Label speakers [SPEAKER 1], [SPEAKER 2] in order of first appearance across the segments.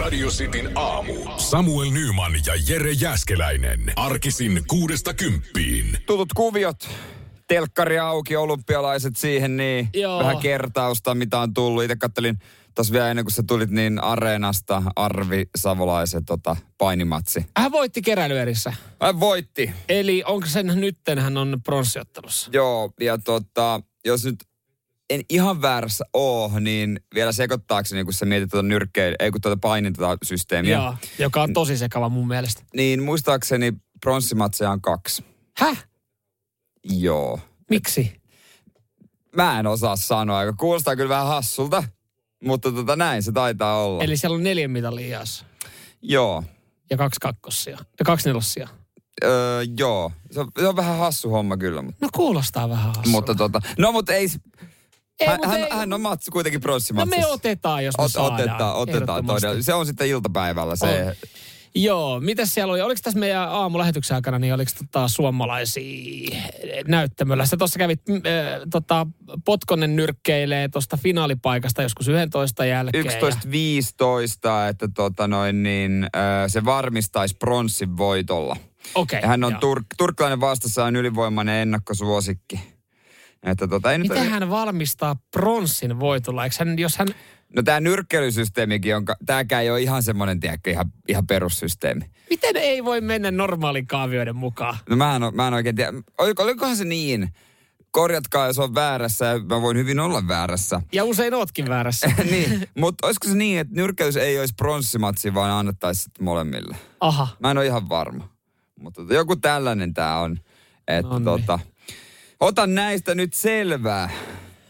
[SPEAKER 1] Radio Cityn aamu. Samuel Nyman ja Jere Jäskeläinen. Arkisin kuudesta kymppiin.
[SPEAKER 2] tutut kuviot. Telkkari auki, olympialaiset siihen, niin
[SPEAKER 3] Joo.
[SPEAKER 2] vähän kertausta, mitä on tullut. Itse kattelin tässä vielä ennen kuin sä tulit, niin Areenasta Arvi Savolaisen tota, painimatsi.
[SPEAKER 3] Hän voitti keräilyerissä.
[SPEAKER 2] Hän voitti,
[SPEAKER 3] Eli onko sen nytten hän on pronssiottelussa?
[SPEAKER 2] joo, ja tota, jos nyt en ihan väärässä oo, niin vielä sekoittaakseni, kun sä mietit tuota nyrkkeä, ei kun tuota painintasysteemiä,
[SPEAKER 3] Joo, joka on tosi sekava mun mielestä.
[SPEAKER 2] niin muistaakseni pronssimatseja on kaksi.
[SPEAKER 3] Häh?
[SPEAKER 2] Joo.
[SPEAKER 3] Miksi?
[SPEAKER 2] Mä en osaa sanoa, joka kuulostaa kyllä vähän hassulta, mutta tota, näin se taitaa olla.
[SPEAKER 3] Eli siellä on neljän mitalia jaossa.
[SPEAKER 2] Joo,
[SPEAKER 3] ja kaksi kakkossia ja kaksi nelossia.
[SPEAKER 2] öö, joo. Se on, se on vähän hassu homma kyllä, mutta,
[SPEAKER 3] No kuulostaa vähän hassulta.
[SPEAKER 2] mutta tota, no mutta ei,
[SPEAKER 3] ei,
[SPEAKER 2] hän,
[SPEAKER 3] mutta
[SPEAKER 2] hän,
[SPEAKER 3] ei,
[SPEAKER 2] hän on matsi kuitenkin
[SPEAKER 3] no
[SPEAKER 2] pronssimatsissa.
[SPEAKER 3] me otetaan, jos me
[SPEAKER 2] Ot,
[SPEAKER 3] saadaan.
[SPEAKER 2] otetaan, otetaan
[SPEAKER 3] ehdottomasti.
[SPEAKER 2] todella. Se on sitten iltapäivällä se.
[SPEAKER 3] On. Joo, mitäs siellä oli? Oliko tässä meidän aamulähetyksen aikana, niin oliko tota suomalaisia näyttämöllä? Sä tuossa kävit mm, äh, tota, Potkonen nyrkkeilee tuosta finaalipaikasta joskus 11 jälkeen.
[SPEAKER 2] 11.15, että tota noin, niin, öö, se varmistaisi pronssin voitolla.
[SPEAKER 3] Ja... Okei.
[SPEAKER 2] Ja hän on
[SPEAKER 3] joo.
[SPEAKER 2] tur, turkkilainen vastassa on ylivoimainen ennakkosuosikki. Että tota, ei nyt,
[SPEAKER 3] Miten hän valmistaa pronssin voitolla? Eikö hän, jos hän...
[SPEAKER 2] No tämä nyrkkeilysysteemikin on, ka- tääkään ei ole ihan semmoinen, tiedäkö, ihan, ihan perussysteemi.
[SPEAKER 3] Miten ei voi mennä normaalin kaavioiden mukaan?
[SPEAKER 2] No mä en, oo- mä en oikein tiedä. Oliko, olikohan se niin? Korjatkaa, jos on väärässä. ja Mä voin hyvin olla väärässä.
[SPEAKER 3] Ja usein ootkin väärässä.
[SPEAKER 2] niin, mutta olisiko se niin, että nyrkkäys ei olisi pronssimatsi, vaan annettaisiin molemmille?
[SPEAKER 3] Aha.
[SPEAKER 2] Mä en ole ihan varma. Mutta tota, joku tällainen tämä on. Että
[SPEAKER 3] Nonni.
[SPEAKER 2] tota, otan näistä nyt selvää.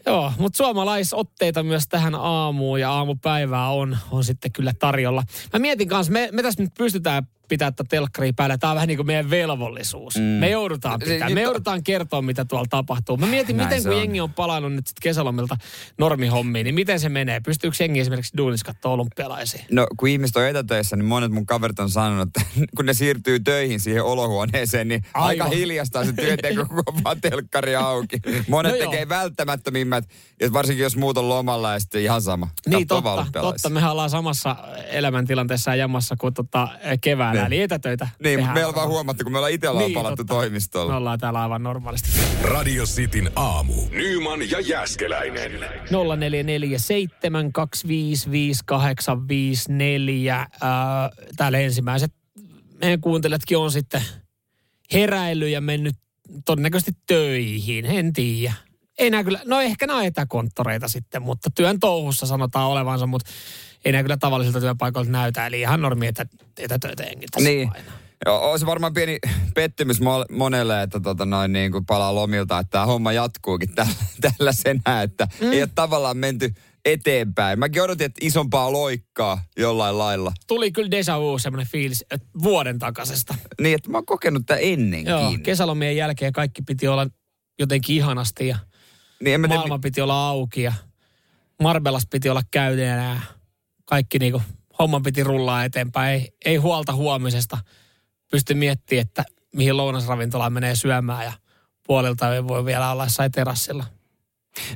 [SPEAKER 3] Joo, mutta suomalaisotteita myös tähän aamuun ja aamupäivää on, on sitten kyllä tarjolla. Mä mietin kanssa, me, me tässä nyt pystytään pitää tätä telkkaria päällä. Tämä on vähän niin kuin meidän velvollisuus. Mm. Me joudutaan
[SPEAKER 2] Se-
[SPEAKER 3] pitää,
[SPEAKER 2] nyt
[SPEAKER 3] me
[SPEAKER 2] on-
[SPEAKER 3] joudutaan kertoa, mitä tuolla tapahtuu. Mä mietin,
[SPEAKER 2] Näin
[SPEAKER 3] miten
[SPEAKER 2] se
[SPEAKER 3] kun
[SPEAKER 2] on.
[SPEAKER 3] jengi on palannut nyt sitten kesälomilta normihommiin, niin miten se menee? Pystyykö jengi esimerkiksi duunissa katsoa olympialaisia?
[SPEAKER 2] No, kun ihmiset on etätöissä, niin monet mun kaverit on sanonut, että kun ne siirtyy töihin siihen olohuoneeseen, niin Aivan. aika
[SPEAKER 3] Aivan.
[SPEAKER 2] hiljasta on se työnteko, kun on vaan telkkari auki. Monet no
[SPEAKER 3] No joo.
[SPEAKER 2] tekee välttämättömimmät, ja varsinkin jos muut on lomalla ja sitten ihan sama.
[SPEAKER 3] Niin
[SPEAKER 2] Katsoo
[SPEAKER 3] totta,
[SPEAKER 2] valppealaisia.
[SPEAKER 3] totta, mehän ollaan samassa elämäntilanteessa ja jammassa kuin tota, keväällä,
[SPEAKER 2] Niin.
[SPEAKER 3] niin. eli etätöitä
[SPEAKER 2] Niin, mutta
[SPEAKER 3] tehdään.
[SPEAKER 2] me ollaan vaan huomattu, kun me ollaan itse ollaan
[SPEAKER 3] Niin,
[SPEAKER 2] palattu
[SPEAKER 3] totta.
[SPEAKER 2] toimistolla.
[SPEAKER 3] Me ollaan täällä aivan normaalisti.
[SPEAKER 1] Radio Cityn aamu. Nyman ja Jäskeläinen.
[SPEAKER 3] 0447255854. Ää, Äh, Täällä ensimmäiset meidän kuuntelijatkin on sitten heräillyt ja mennyt todennäköisesti töihin, en tiedä. Ei nää kyllä, no ehkä nämä on etäkonttoreita sitten, mutta työn touhussa sanotaan olevansa, mutta ei nämä kyllä tavallisilta työpaikoilta näytä. Eli ihan normi etä, etätöitä jengi tässä
[SPEAKER 2] Niin.
[SPEAKER 3] painaa.
[SPEAKER 2] Joo, on se varmaan pieni pettymys mo- monelle, että tota noin, niin kuin palaa lomilta, että tämä homma jatkuukin tällä, tällaisenä, että mm. ei ole tavallaan menty eteenpäin. Mäkin odotin, että isompaa loikkaa jollain lailla.
[SPEAKER 3] Tuli kyllä deja vu semmoinen fiilis että vuoden takaisesta.
[SPEAKER 2] Niin, että mä oon kokenut tämän ennenkin.
[SPEAKER 3] Joo, kesälomien jälkeen kaikki piti olla jotenkin ihanasti ja
[SPEAKER 2] niin, en mä tiedä,
[SPEAKER 3] maailma piti olla auki ja Marbelas piti olla käyneenä ja kaikki niinku, homman piti rullaa eteenpäin. Ei, ei huolta huomisesta. Pysty miettimään, että mihin lounasravintolaan menee syömään ja puolilta ei voi vielä olla jossain terassilla.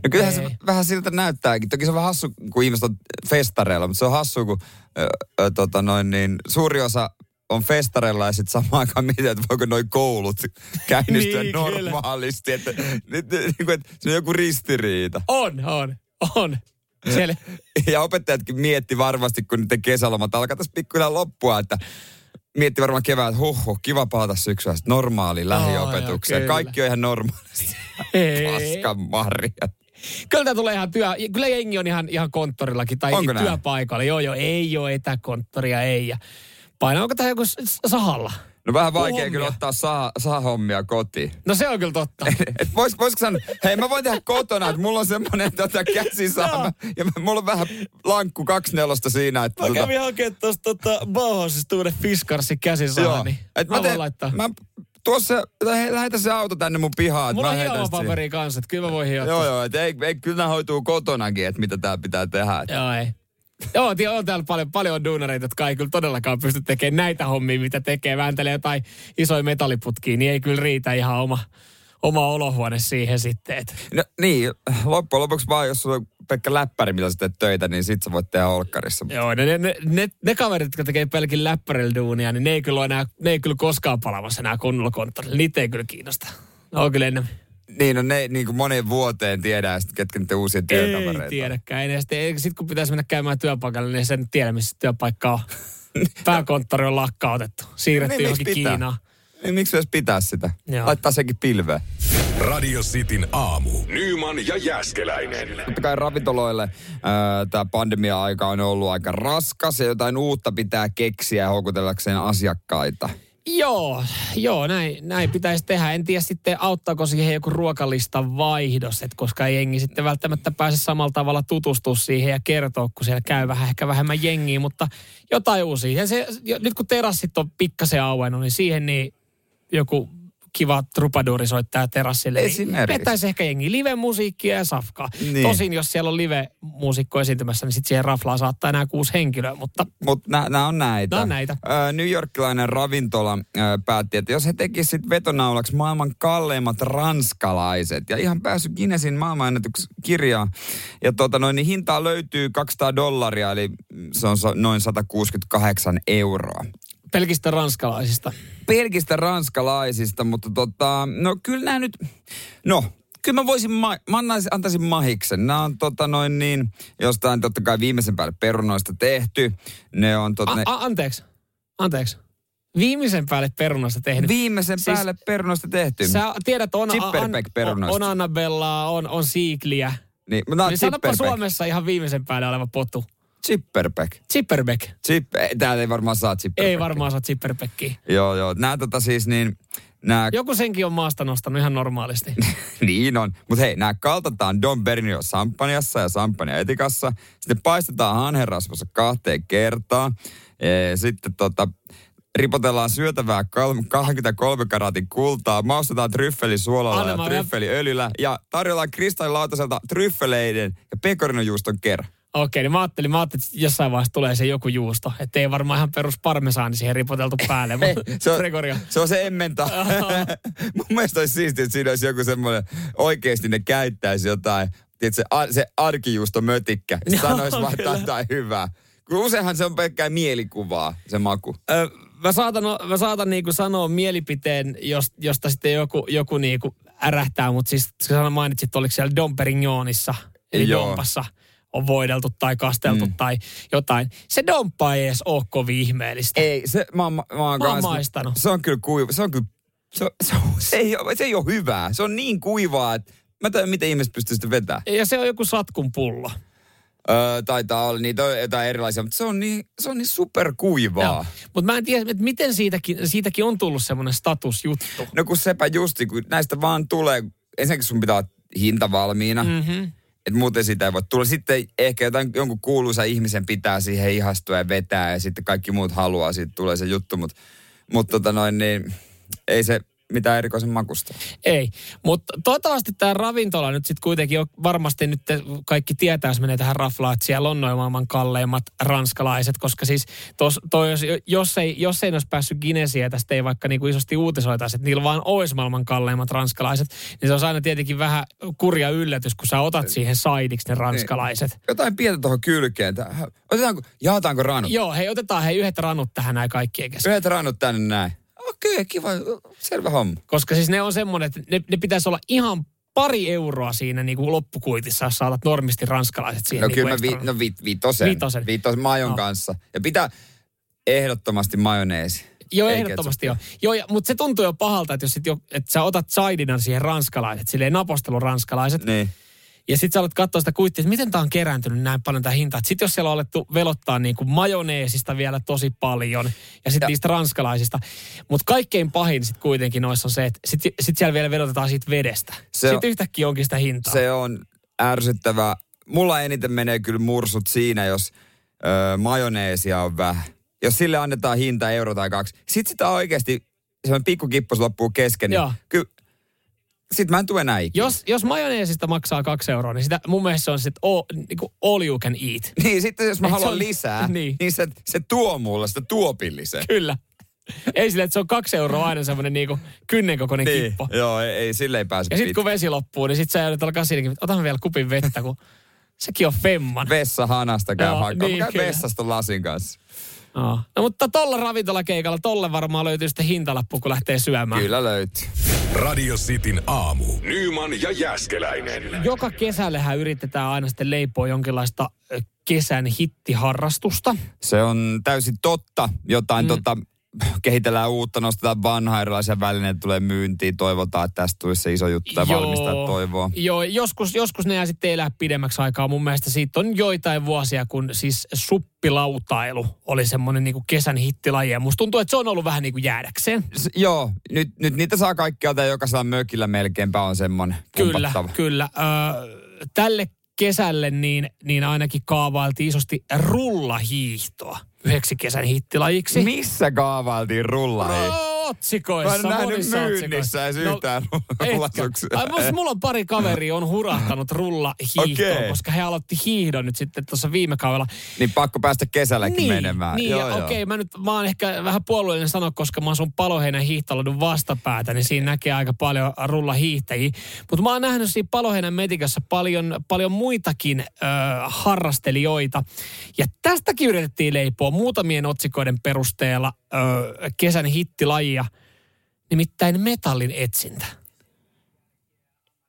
[SPEAKER 2] No kyllähän se
[SPEAKER 3] Ei.
[SPEAKER 2] vähän siltä näyttääkin. Toki se on vähän hassu, kun ihmiset on festareilla, mutta se on hassu, kun ö, ö, tota noin, niin, suuri osa on festareilla ja sitten samaan aikaan mietitään, että voiko noin koulut käynnistyä niin,
[SPEAKER 3] Niin, kyllä.
[SPEAKER 2] normaalisti. Että, nyt, niin kuin, että se on joku ristiriita.
[SPEAKER 3] On, on, on. Siellä,
[SPEAKER 2] Ja opettajatkin mietti varmasti, kun niiden kesälomat alkaa tässä pikkuhiljaa loppua, että mietti varmaan kevään, että huh, huh, kiva palata syksyllä sitten normaaliin
[SPEAKER 3] Aa,
[SPEAKER 2] lähiopetukseen.
[SPEAKER 3] joo, kyllä.
[SPEAKER 2] Kaikki on ihan normaalisti.
[SPEAKER 3] ei.
[SPEAKER 2] Paskan marjat.
[SPEAKER 3] Kyllä tää tulee ihan työ, kyllä jengi on ihan, ihan konttorillakin tai
[SPEAKER 2] Onko näin?
[SPEAKER 3] työpaikalla. Joo, joo, ei ole etäkonttoria, ei. Ja paina, onko tämä joku s- s- sahalla?
[SPEAKER 2] No vähän vaikea
[SPEAKER 3] Hommia.
[SPEAKER 2] kyllä ottaa saa, saa hommia kotiin.
[SPEAKER 3] No se on kyllä totta.
[SPEAKER 2] Et vois, voisiko sanoa, hei mä voin tehdä kotona, että mulla on semmonen tota, käsisaama ja mä- mulla on vähän lankku kaksi nelosta siinä, että
[SPEAKER 3] Mä
[SPEAKER 2] tota,
[SPEAKER 3] kävin hakemaan tuosta tota, Bauhausista uuden Fiskarsin käsisahan, niin
[SPEAKER 2] Et mä,
[SPEAKER 3] mä
[SPEAKER 2] teen,
[SPEAKER 3] voin laittaa.
[SPEAKER 2] mä tuossa, lähe- lähetä se auto tänne mun pihaan.
[SPEAKER 3] Mulla
[SPEAKER 2] että
[SPEAKER 3] on
[SPEAKER 2] mä heitän sit siihen.
[SPEAKER 3] hieman kanssa, että kyllä mä voin hiota.
[SPEAKER 2] Joo, joo, et ei, ei, kyllä nää hoituu kotonakin, että mitä tää pitää tehdä. Et,
[SPEAKER 3] Joo, ei. Joo, tie- on täällä paljon, paljon duunareita, jotka ei kyllä todellakaan pysty tekemään näitä hommia, mitä tekee. Vääntelee jotain isoja metalliputkia, niin ei kyllä riitä ihan oma, oma olohuone siihen sitten. Et.
[SPEAKER 2] No niin, loppujen lopuksi vaan, jos sulla on pelkkä läppäri, millä sä teet töitä, niin sit sä voit tehdä olkkarissa.
[SPEAKER 3] Joo, ne, ne, ne, ne, ne kaverit, jotka tekee pelkin läppärillä duunia, niin ne ei kyllä, ole enää, ne ei kyllä koskaan palaamassa enää kunnolla konttorille. Niitä ei kyllä kiinnosta. No on kyllä enemmän.
[SPEAKER 2] Niin, no ne niin kuin moneen vuoteen tiedää, sit, ketkä niitä uusia työkavereita
[SPEAKER 3] Ei
[SPEAKER 2] on.
[SPEAKER 3] tiedäkään. Ei sitten, sit kun pitäisi mennä käymään työpaikalle, niin sen tiedä, missä työpaikka on. Pääkonttori on lakkautettu. Siirretty
[SPEAKER 2] Niin,
[SPEAKER 3] niin,
[SPEAKER 2] miksi
[SPEAKER 3] johonkin
[SPEAKER 2] pitää?
[SPEAKER 3] Kiinaan.
[SPEAKER 2] Niin miksi edes pitää sitä?
[SPEAKER 3] Joo.
[SPEAKER 2] Laittaa senkin pilveen.
[SPEAKER 1] Radio Cityn aamu. Nyman ja Jääskeläinen.
[SPEAKER 2] Totta kai ravintoloille tämä pandemia-aika on ollut aika raskas ja jotain uutta pitää keksiä houkutellakseen asiakkaita.
[SPEAKER 3] Joo, joo näin, näin pitäisi tehdä. En tiedä sitten auttaako siihen joku ruokalistan vaihdos, että koska ei jengi sitten välttämättä pääse samalla tavalla tutustua siihen ja kertoa, kun siellä käy vähän ehkä vähemmän jengiä, mutta jotain uusia. Ja se, jo- nyt kun terassit on pikkasen auennut, niin siihen niin joku kiva trupaduuri soittaa terassille. Niin
[SPEAKER 2] Esimerkiksi.
[SPEAKER 3] vetäisi ehkä jengi live-musiikkia ja safkaa.
[SPEAKER 2] Niin.
[SPEAKER 3] Niin. Tosin jos siellä on live-muusikko esiintymässä, niin sitten siihen raflaan saattaa enää kuusi henkilöä, mutta
[SPEAKER 2] Mutta nämä on näitä.
[SPEAKER 3] Nää on näitä.
[SPEAKER 2] Ö, New Yorkilainen ravintola ö, päätti, että jos he tekisivät vetonaulaksi maailman kalleimmat ranskalaiset, ja ihan päässyt Guinnessin maailmanennätyskirjaan, ja tota noin, niin hintaa löytyy 200 dollaria, eli se on so- noin 168 euroa.
[SPEAKER 3] pelkistä ranskalaisista.
[SPEAKER 2] pelkistä ranskalaisista, mutta tota, no kyllä nämä nyt, no kyllä mä voisin, ma- mä antaisin, antaisin mahiksen. Nämä on tota noin niin, jostain totta kai viimeisen päälle perunoista tehty. Ne on tota, ne,
[SPEAKER 3] A- a- anteeksi, anteeksi. Viimeisen päälle perunasta tehnyt.
[SPEAKER 2] viimeisen
[SPEAKER 3] siis-
[SPEAKER 2] päälle perunoista tehty. Sä,
[SPEAKER 3] Sä tiedät, on, on,
[SPEAKER 2] Chipperback-perunoista.
[SPEAKER 3] on Annabellaa, on, on Siikliä.
[SPEAKER 2] niin, no,
[SPEAKER 3] Niin sanopa Suomessa ihan viimeisen päälle oleva potu.
[SPEAKER 2] Chipperback.
[SPEAKER 3] Chipperbeck.
[SPEAKER 2] Chip, ei, täällä ei varmaan saa Chipperback.
[SPEAKER 3] Ei varmaan saa Chipperbeckiä.
[SPEAKER 2] Joo, joo. Nämä tota siis niin, nämä
[SPEAKER 3] Joku senkin on maasta nostanut ihan normaalisti.
[SPEAKER 2] niin on. Mutta hei, nämä kaltataan Don Bernio samppanjassa ja sampanja etikassa. Sitten paistetaan hanhenrasvassa kahteen kertaan. Ee, Sitten tota, ripotellaan syötävää kal- 23 karatin kultaa, maustetaan tryffeli suolalla ja
[SPEAKER 3] Anna-Maria.
[SPEAKER 2] tryffeliöljyllä ja tarjoillaan kristallilautaselta tryffeleiden ja pekorinojuuston kerran.
[SPEAKER 3] Okei, niin mä ajattelin, mä ajattelin, että jossain vaiheessa tulee se joku juusto. Että ei varmaan ihan perus parmesaani siihen ripoteltu päälle.
[SPEAKER 2] Ei,
[SPEAKER 3] mutta
[SPEAKER 2] se, on,
[SPEAKER 3] Gregoria.
[SPEAKER 2] se on se emmentä. Mun mielestä olisi siistiä, että siinä olisi joku semmoinen, oikeasti ne käyttäisi jotain, tiedätkö, a, se arkijuusto mötikkä, no, sanoisi vaan että
[SPEAKER 3] kyllä.
[SPEAKER 2] jotain hyvää. Kun useinhan se on pelkkää mielikuvaa, se maku.
[SPEAKER 3] Ö, mä saatan, mä saatan niinku sanoa mielipiteen, jos- josta sitten joku, joku niinku ärähtää, mutta siis sä sanoit- mainitsit, oliko siellä Dom Perignonissa, eli
[SPEAKER 2] Joo.
[SPEAKER 3] Joo. Dompassa on voideltu tai kasteltu mm. tai jotain. Se Dompa ei edes ole kovin ihmeellistä.
[SPEAKER 2] Ei, se, mä, oon- mä, mä, oon
[SPEAKER 3] Mä oon
[SPEAKER 2] kans-
[SPEAKER 3] maistanut.
[SPEAKER 2] Se on kyllä kuiva, se on kyllä, se, on- se, on- se, ei, oo- se ei ole hyvää. Se on niin kuivaa, että mä tiedän, miten ihmiset pystyy sitä vetämään.
[SPEAKER 3] Ja se on joku satkun pullo.
[SPEAKER 2] Öö, taitaa olla niitä on jotain erilaisia, mutta se on niin, se on niin superkuivaa.
[SPEAKER 3] Mutta mä en tiedä, että miten siitäkin, siitäkin on tullut semmoinen statusjuttu.
[SPEAKER 2] No kun sepä justi, kun näistä vaan tulee, ensinnäkin sun pitää olla hinta valmiina, mm.
[SPEAKER 3] Mm-hmm.
[SPEAKER 2] että muuten sitä ei voi tulla. Sitten ehkä jotain, jonkun kuuluisa ihmisen pitää siihen ihastua ja vetää ja sitten kaikki muut haluaa, siitä tulee se juttu, mutta mut tota noin, niin ei se mitään erikoisen makusta.
[SPEAKER 3] Ei, mutta toivottavasti tämä ravintola nyt sitten kuitenkin on varmasti nyt te- kaikki tietää, jos menee tähän raflaan, että siellä on noin maailman kalleimmat ranskalaiset, koska siis tos, toi, jos, jos, ei, jos ei ne olisi päässyt Guinnessiin ja tästä ei vaikka niinku isosti uutisoitaisi, että niillä vaan olisi maailman kalleimmat ranskalaiset, niin se on aina tietenkin vähän kurja yllätys, kun sä otat siihen saidiksi ne ranskalaiset.
[SPEAKER 2] Jotain pientä tuohon kylkeen. Tää- Otetaanko, jaataanko ranut?
[SPEAKER 3] Joo, hei, otetaan hei yhdet ranut tähän näin kaikkien kesken.
[SPEAKER 2] Yhdet ranut tänne näin. Okei, okay, kiva. Selvä homma.
[SPEAKER 3] Koska siis ne on semmoinen, että ne, ne pitäisi olla ihan pari euroa siinä niin kuin loppukuitissa, jos saatat normisti ranskalaiset siihen.
[SPEAKER 2] No
[SPEAKER 3] niin
[SPEAKER 2] kyllä
[SPEAKER 3] kuin
[SPEAKER 2] mä vi,
[SPEAKER 3] ekstrana.
[SPEAKER 2] no vi, vitosen.
[SPEAKER 3] Vitosen.
[SPEAKER 2] Vitosen majon
[SPEAKER 3] No.
[SPEAKER 2] kanssa. Ja pitää ehdottomasti majoneesi.
[SPEAKER 3] Joo,
[SPEAKER 2] Ei
[SPEAKER 3] ehdottomasti joo. joo ja, mutta se tuntuu jo pahalta, että jos sit jo, että sä otat saidina siihen ranskalaiset, silleen napostelun ranskalaiset,
[SPEAKER 2] Niin.
[SPEAKER 3] ja sitten sä alat katsoa sitä kuittia, että miten tämä on kerääntynyt näin paljon tämä hinta. Sitten jos siellä on alettu velottaa niin kuin majoneesista vielä tosi paljon, ja sitten niistä ranskalaisista. Mutta kaikkein pahin sitten kuitenkin noissa on se, että sitten sit siellä vielä vedotetaan siitä vedestä.
[SPEAKER 2] Se on-
[SPEAKER 3] Sitten yhtäkkiä onkin sitä hintaa.
[SPEAKER 2] Se on ärsyttävää. Mulla eniten menee kyllä mursut siinä, jos öö, majoneesia on vähän. Jos sille annetaan hinta euro tai kaksi. Sitten sitä oikeasti, semmoinen pikku kippos loppuu kesken. Niin
[SPEAKER 3] Joo.
[SPEAKER 2] ky- sitten mä en tue enää ikinä.
[SPEAKER 3] Jos, jos majoneesista maksaa kaksi euroa, niin sitä mun mielestä se on sitten all, niin kuin all you can eat.
[SPEAKER 2] Niin sitten jos mä
[SPEAKER 3] Et se
[SPEAKER 2] haluan
[SPEAKER 3] on-
[SPEAKER 2] lisää, niin,
[SPEAKER 3] niin.
[SPEAKER 2] niin se, se tuo mulle sitä tuopillisen.
[SPEAKER 3] Kyllä. Ei sille, että se on kaksi euroa aina semmoinen niinku kynnenkokoinen niin. kippo.
[SPEAKER 2] Joo, ei, ei sille ei pääse
[SPEAKER 3] Ja sitten kun vesi loppuu, niin sitten sä joudut alkaa siinäkin, että otan vielä kupin vettä, kun sekin on femman.
[SPEAKER 2] Vessa hanasta käy
[SPEAKER 3] Joo,
[SPEAKER 2] hakemaan.
[SPEAKER 3] niin,
[SPEAKER 2] Niin, käy
[SPEAKER 3] kyllä.
[SPEAKER 2] vessasta lasin kanssa.
[SPEAKER 3] Joo. No mutta tolla ravintolakeikalla, tolle varmaan löytyy sitten hintalappu, kun lähtee syömään.
[SPEAKER 2] Kyllä löytyy.
[SPEAKER 1] Radio Cityn aamu. Nyman ja Jääskeläinen.
[SPEAKER 3] Joka kesällähän yritetään aina sitten leipoa jonkinlaista ö, kesän hittiharrastusta.
[SPEAKER 2] Se on täysin totta. Jotain mm. tota, kehitellään uutta, nostetaan vanhaa, erilaisia välineitä tulee myyntiin. Toivotaan, että tästä tulisi se iso juttu ja valmistaa toivoa.
[SPEAKER 3] Joo, joskus, joskus ne jää sitten elää pidemmäksi aikaa. Mun mielestä siitä on joitain vuosia, kun siis suppilautailu oli semmoinen niinku kesän hittilaji. Ja musta tuntuu, että se on ollut vähän niin kuin jäädäkseen.
[SPEAKER 2] S- joo, nyt, nyt niitä saa kaikkialta ja jokaisella mökillä melkeinpä on semmoinen
[SPEAKER 3] Kyllä,
[SPEAKER 2] pumpattava.
[SPEAKER 3] kyllä. Ö, tälle kesälle niin, niin ainakin kaavailtiin isosti rullahiihtoa yhdeksi kesän hittilajiksi.
[SPEAKER 2] Missä kaavailtiin rullaa?
[SPEAKER 3] No,
[SPEAKER 2] Mä en
[SPEAKER 3] otsikoissa,
[SPEAKER 2] nähnyt
[SPEAKER 3] monissa No,
[SPEAKER 2] myynnissä edes yhtään
[SPEAKER 3] etkä.
[SPEAKER 2] rullatuksia.
[SPEAKER 3] Ai, musta- Mulla on pari kaveria on hurahtanut rulla hiihtoon,
[SPEAKER 2] Okei.
[SPEAKER 3] koska he aloitti hiihdon nyt sitten tuossa viime kaudella.
[SPEAKER 2] Niin pakko päästä kesälläkin menemään.
[SPEAKER 3] niin ja okei, okay, mä nyt mä oon ehkä vähän puolueellinen sanoa, koska mä asun Paloheinän hiihtolodun vastapäätä, niin siinä näkee aika paljon rulla hiihtäjiä. Mutta mä oon nähnyt siinä Paloheinän metikässä paljon, paljon muitakin ö, harrastelijoita. Ja tästäkin yritettiin leipoa muutamien otsikoiden perusteella ö, kesän hittilajia, nimittäin metallin etsintä.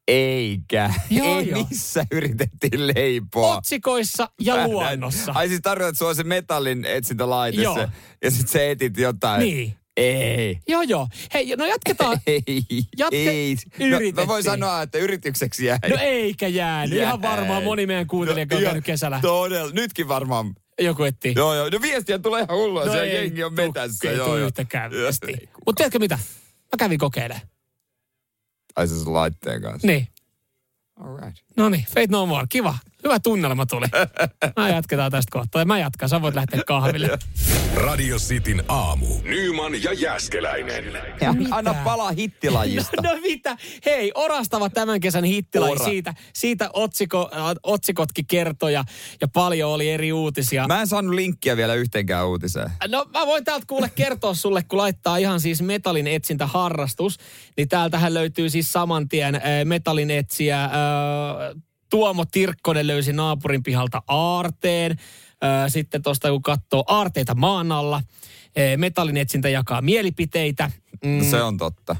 [SPEAKER 2] Eikä.
[SPEAKER 3] Joo,
[SPEAKER 2] Ei
[SPEAKER 3] joo.
[SPEAKER 2] missä yritettiin leipoa.
[SPEAKER 3] Otsikoissa ja luonnossa.
[SPEAKER 2] Ai siis tarkoitat, että sulla on se metallin etsintälaite
[SPEAKER 3] Joo.
[SPEAKER 2] se, ja sit sä etit jotain.
[SPEAKER 3] Niin.
[SPEAKER 2] Ei.
[SPEAKER 3] Joo, joo. Hei, no jatketaan.
[SPEAKER 2] Ei.
[SPEAKER 3] Jatke-
[SPEAKER 2] Ei. No, mä voin
[SPEAKER 3] Yritettiin.
[SPEAKER 2] sanoa, että yritykseksi jäi.
[SPEAKER 3] No eikä jäänyt. Ihan
[SPEAKER 2] Jäi.
[SPEAKER 3] varmaan moni meidän kuuntelija, joka on
[SPEAKER 2] No, joo,
[SPEAKER 3] käynyt kesällä.
[SPEAKER 2] Todella. Nytkin varmaan.
[SPEAKER 3] Joku etti.
[SPEAKER 2] Joo, joo. No viestiä tulee ihan hullua. No se
[SPEAKER 3] ei
[SPEAKER 2] jengi on
[SPEAKER 3] tuu-
[SPEAKER 2] metässä.
[SPEAKER 3] Ei
[SPEAKER 2] joo,
[SPEAKER 3] tuu
[SPEAKER 2] joo.
[SPEAKER 3] yhtäkään
[SPEAKER 2] Joo.
[SPEAKER 3] viestiä. Mutta tiedätkö mitä? Mä kävin kokeilemaan.
[SPEAKER 2] Ai se sun laitteen kanssa.
[SPEAKER 3] Niin.
[SPEAKER 2] All right.
[SPEAKER 3] No niin, Fate No More. Kiva. Hyvä tunnelma tuli. Mä jatketaan tästä kohtaa. Tai Mä jatkan. Sä voit lähteä kahville.
[SPEAKER 1] Radio Cityn aamu. Nyman ja Jääskeläinen.
[SPEAKER 2] Ja,
[SPEAKER 3] Mitä?
[SPEAKER 2] anna palaa hittilajista.
[SPEAKER 3] No mitä? Hei, orastava tämän kesän hittilaji.
[SPEAKER 2] Ora.
[SPEAKER 3] Siitä, siitä otsiko, äh, otsikotkin kertoja ja paljon oli eri uutisia.
[SPEAKER 2] Mä en saanut linkkiä vielä yhteenkään uutiseen.
[SPEAKER 3] No mä voin täältä kuule kertoa sulle, kun laittaa ihan siis metallin etsintä harrastus, niin täältähän löytyy siis saman tien äh, metallin etsiä. Äh, Tuomo Tirkkonen löysi naapurin pihalta aarteen. Äh, sitten tuosta kun katsoo aarteita maan alla, äh, metallin etsintä jakaa mielipiteitä. Mm,
[SPEAKER 2] Se on totta.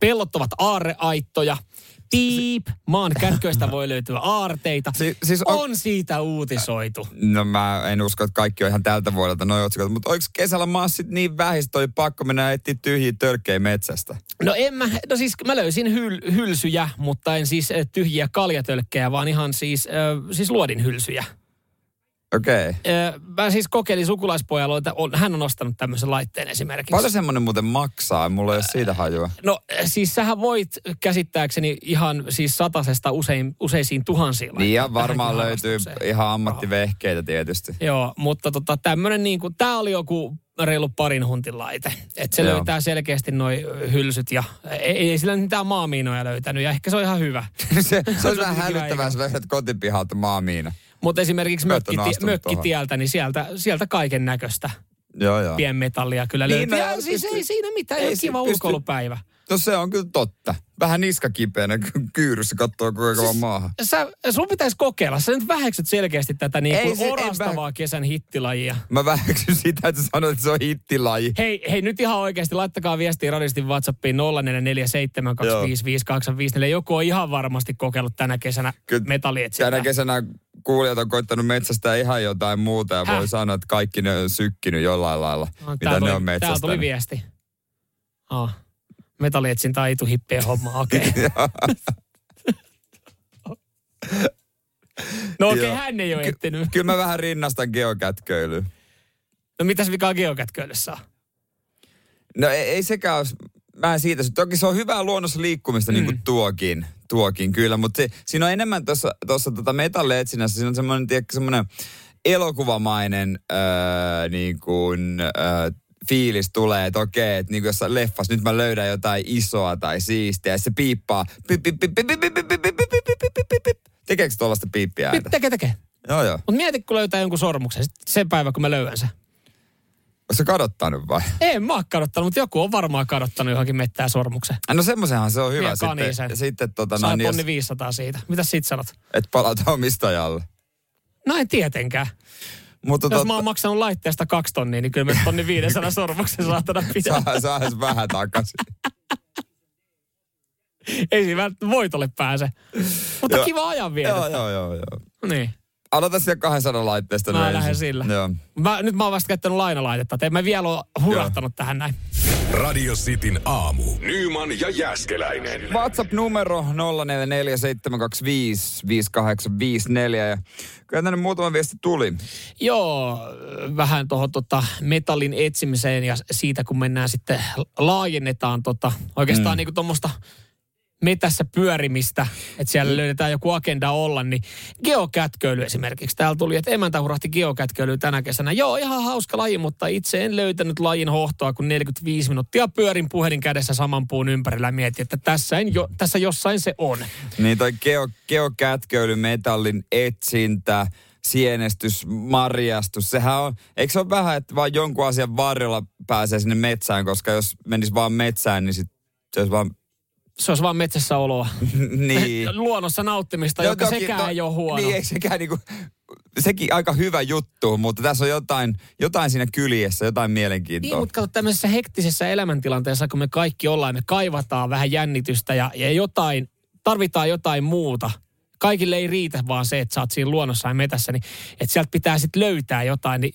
[SPEAKER 3] pellot ovat aarreaittoja. Piip, maan kätköistä voi löytyä aarteita.
[SPEAKER 2] Si- siis on-
[SPEAKER 3] on... on siitä uutisoitu.
[SPEAKER 2] No mä en usko, että kaikki on ihan tältä vuodelta noi otsikot, mutta oliko kesällä massit niin vähistä, oli pakko mennä etsiä tyhjiä törkkejä metsästä.
[SPEAKER 3] No en mä, no siis mä löysin hyl, hylsyjä, mutta en siis eh, tyhjiä kaljatölkkejä, vaan ihan siis, äh, siis luodin hylsyjä.
[SPEAKER 2] Okei. Okay.
[SPEAKER 3] Äh, mä siis kokeilin sukulaispojalla, että on, hän on ostanut tämmöisen laitteen esimerkiksi.
[SPEAKER 2] Paljon semmonen muuten maksaa? Mulla ei ole siitä hajua.
[SPEAKER 3] No eh, siis sähän voit käsittääkseni ihan siis satasesta usein, useisiin tuhansiin
[SPEAKER 2] Niin ja
[SPEAKER 3] laittaa
[SPEAKER 2] varmaan
[SPEAKER 3] tähänkin
[SPEAKER 2] löytyy
[SPEAKER 3] harrastukseen.
[SPEAKER 2] ihan ammattivehkeitä tietysti.
[SPEAKER 3] Joo, mutta tota, tämmöinen niin kuin, tää oli joku reilu parin huntin laite. Et se
[SPEAKER 2] Joo.
[SPEAKER 3] löytää selkeästi noi ö, hylsyt ja ei, ei sillä mitään maamiinoja löytänyt ja ehkä se on ihan hyvä.
[SPEAKER 2] se, se on vähän
[SPEAKER 3] Kyllä,
[SPEAKER 2] hälyttävää, jos löydät kotipihalta maamiina.
[SPEAKER 3] Mutta esimerkiksi
[SPEAKER 2] Mä et oo
[SPEAKER 3] mökkiti-
[SPEAKER 2] astunut tohon.
[SPEAKER 3] mökkitieltä, niin sieltä, sieltä kaiken näköistä
[SPEAKER 2] Joo, joo.
[SPEAKER 3] pienmetallia kyllä
[SPEAKER 2] Niin,
[SPEAKER 3] löytyy.
[SPEAKER 2] no,
[SPEAKER 3] Ja
[SPEAKER 2] ei
[SPEAKER 3] siis
[SPEAKER 2] pysty-
[SPEAKER 3] ei siinä mitään,
[SPEAKER 2] ei
[SPEAKER 3] ei
[SPEAKER 2] se
[SPEAKER 3] kiva
[SPEAKER 2] pysty-
[SPEAKER 3] ulkoilupäivä.
[SPEAKER 2] No se on kyllä totta. Vähän niska kipeänä, kun kyyryssä katsoo kuinka siis, maahan.
[SPEAKER 3] Sä, sun pitäisi kokeilla. Sä nyt väheksyt selkeästi tätä niin
[SPEAKER 2] Ei
[SPEAKER 3] kuin
[SPEAKER 2] se- en
[SPEAKER 3] orastavaa kesän hittilajia.
[SPEAKER 2] Mä väheksyn sitä, että sä sanoit, että se on hittilaji.
[SPEAKER 3] Hei, hei, nyt ihan oikeasti, laittakaa viestiä radistin WhatsAppiin 0447255854. Joku on ihan varmasti kokeillut tänä kesänä
[SPEAKER 2] Kyllä
[SPEAKER 3] metallietsintää.
[SPEAKER 2] Tänä kesänä kuulijat on koittanut metsästää ihan jotain muuta ja
[SPEAKER 3] Häh?
[SPEAKER 2] voi sanoa, että kaikki ne on sykkinyt jollain lailla,
[SPEAKER 3] No,
[SPEAKER 2] mitä ne
[SPEAKER 3] täällä tuli-
[SPEAKER 2] on
[SPEAKER 3] Täällä tuli
[SPEAKER 2] metsästänyt.
[SPEAKER 3] viesti. Ah. Metallietsintä ei hippien homma, okei. Okay. no okei,
[SPEAKER 2] Joo.
[SPEAKER 3] okay, hän ei ole etsinyt.
[SPEAKER 2] Kyllä mä vähän rinnastan geokätköilyyn.
[SPEAKER 3] No mitäs vikaa geokätköydessä saa?
[SPEAKER 2] No ei, ei sekään ole, mä en siitä, sy- toki se on hyvää luonnossa liikkumista niin kuin tuokin, tuokin kyllä, mutta se, siinä on enemmän tuossa, tuossa tota metallietsinnässä, siinä on semmoinen, tiedätkö, semmoinen elokuvamainen öö, niin kuin, öö, fiilis tulee, että okei, että niin kuin jossain leffas, nyt mä löydän jotain isoa tai siistiä, ja se piippaa. Pip, pip, pip, pip, pip, pip, pip, pip, pip, pip, pip, pip, pip, pip. Tekeekö tuollaista piippiääntä?
[SPEAKER 3] Nyt tekee, tekee.
[SPEAKER 2] Joo, joo.
[SPEAKER 3] Mutta mieti, kun löytää jonkun sormuksen. Sit Se päivä, kun mä löydän sen.
[SPEAKER 2] se kadottanut vai?
[SPEAKER 3] En mä oo kadottanut, mutta joku on varmaan kadottanut johonkin mettään sormuksen.
[SPEAKER 2] Ah, No semmoisenhan se on hyvä
[SPEAKER 3] Vie kaniin
[SPEAKER 2] sitten.
[SPEAKER 3] sen.
[SPEAKER 2] Sitten tota,
[SPEAKER 3] Saa
[SPEAKER 2] noin,
[SPEAKER 3] tonni
[SPEAKER 2] jos,
[SPEAKER 3] 500 siitä. Mitä sit sanot?
[SPEAKER 2] et palauta omistajalle.
[SPEAKER 3] No en tietenkään.
[SPEAKER 2] Mutta
[SPEAKER 3] Jos
[SPEAKER 2] totta,
[SPEAKER 3] mä oon maksanut laitteesta kaksi tonnia, niin kyllä mä tonni 500 sormuksen saatana pitää.
[SPEAKER 2] saa, saa edes vähän takaisin.
[SPEAKER 3] Ei siinä vält- voitolle pääse. Mutta
[SPEAKER 2] Joo.
[SPEAKER 3] kiva ajan
[SPEAKER 2] joo,
[SPEAKER 3] vielä.
[SPEAKER 2] joo, joo, joo.
[SPEAKER 3] Niin.
[SPEAKER 2] Aloita sieltä 200 laitteesta.
[SPEAKER 3] Mä
[SPEAKER 2] nyt
[SPEAKER 3] lähden
[SPEAKER 2] ensin.
[SPEAKER 3] sillä.
[SPEAKER 2] Joo.
[SPEAKER 3] Mä, nyt mä oon vasta käyttänyt lainalaitetta, että en mä vielä ole hurahtanut tähän näin.
[SPEAKER 1] Radio Cityn aamu. Nyman ja Jääskeläinen.
[SPEAKER 2] WhatsApp-numero 0447255854 ja kyllä tänne muutama viesti tuli.
[SPEAKER 3] Joo, vähän tuohon tota metallin etsimiseen ja siitä kun mennään sitten laajennetaan tota, oikeastaan mm. niinku tuommoista metässä pyörimistä, että
[SPEAKER 2] Mm.
[SPEAKER 3] siellä löydetään joku agenda olla, niin geokätköily esimerkiksi. Täällä tuli, että emäntä hurahti geokätköilyä tänä kesänä. Joo, ihan hauska laji, mutta itse en löytänyt lajin hohtoa, kun 45 minuuttia pyörin puhelin kädessä saman puun ympärillä ja mietin, että tässä, en jo, tässä jossain se on.
[SPEAKER 2] Niin toi geo, geokätköily, metallin etsintä, sienestys, marjastus, sehän on, eikö se ole vähän, että vaan jonkun asian varjolla pääsee sinne metsään, koska jos menisi vaan metsään, niin sit se olisi vaan,
[SPEAKER 3] Se olisi vaan metsässä oloa.
[SPEAKER 2] niin.
[SPEAKER 3] Luonnossa nauttimista,
[SPEAKER 2] No
[SPEAKER 3] joka
[SPEAKER 2] toki,
[SPEAKER 3] sekään
[SPEAKER 2] to-
[SPEAKER 3] ei ole huono.
[SPEAKER 2] Niin, ei sekään niinku, sekin aika hyvä juttu, mutta tässä on jotain, jotain siinä kyljessä, jotain mielenkiintoa.
[SPEAKER 3] Niin, mutta kato, tämmöisessä hektisessä elämäntilanteessa, kun me kaikki ollaan, me kaivataan vähän jännitystä ja, ja jotain, tarvitaan jotain muuta. Kaikille ei riitä vaan se, että sä oot siinä luonnossa ja metässä, niin että sieltä pitää sitten löytää jotain. Niin,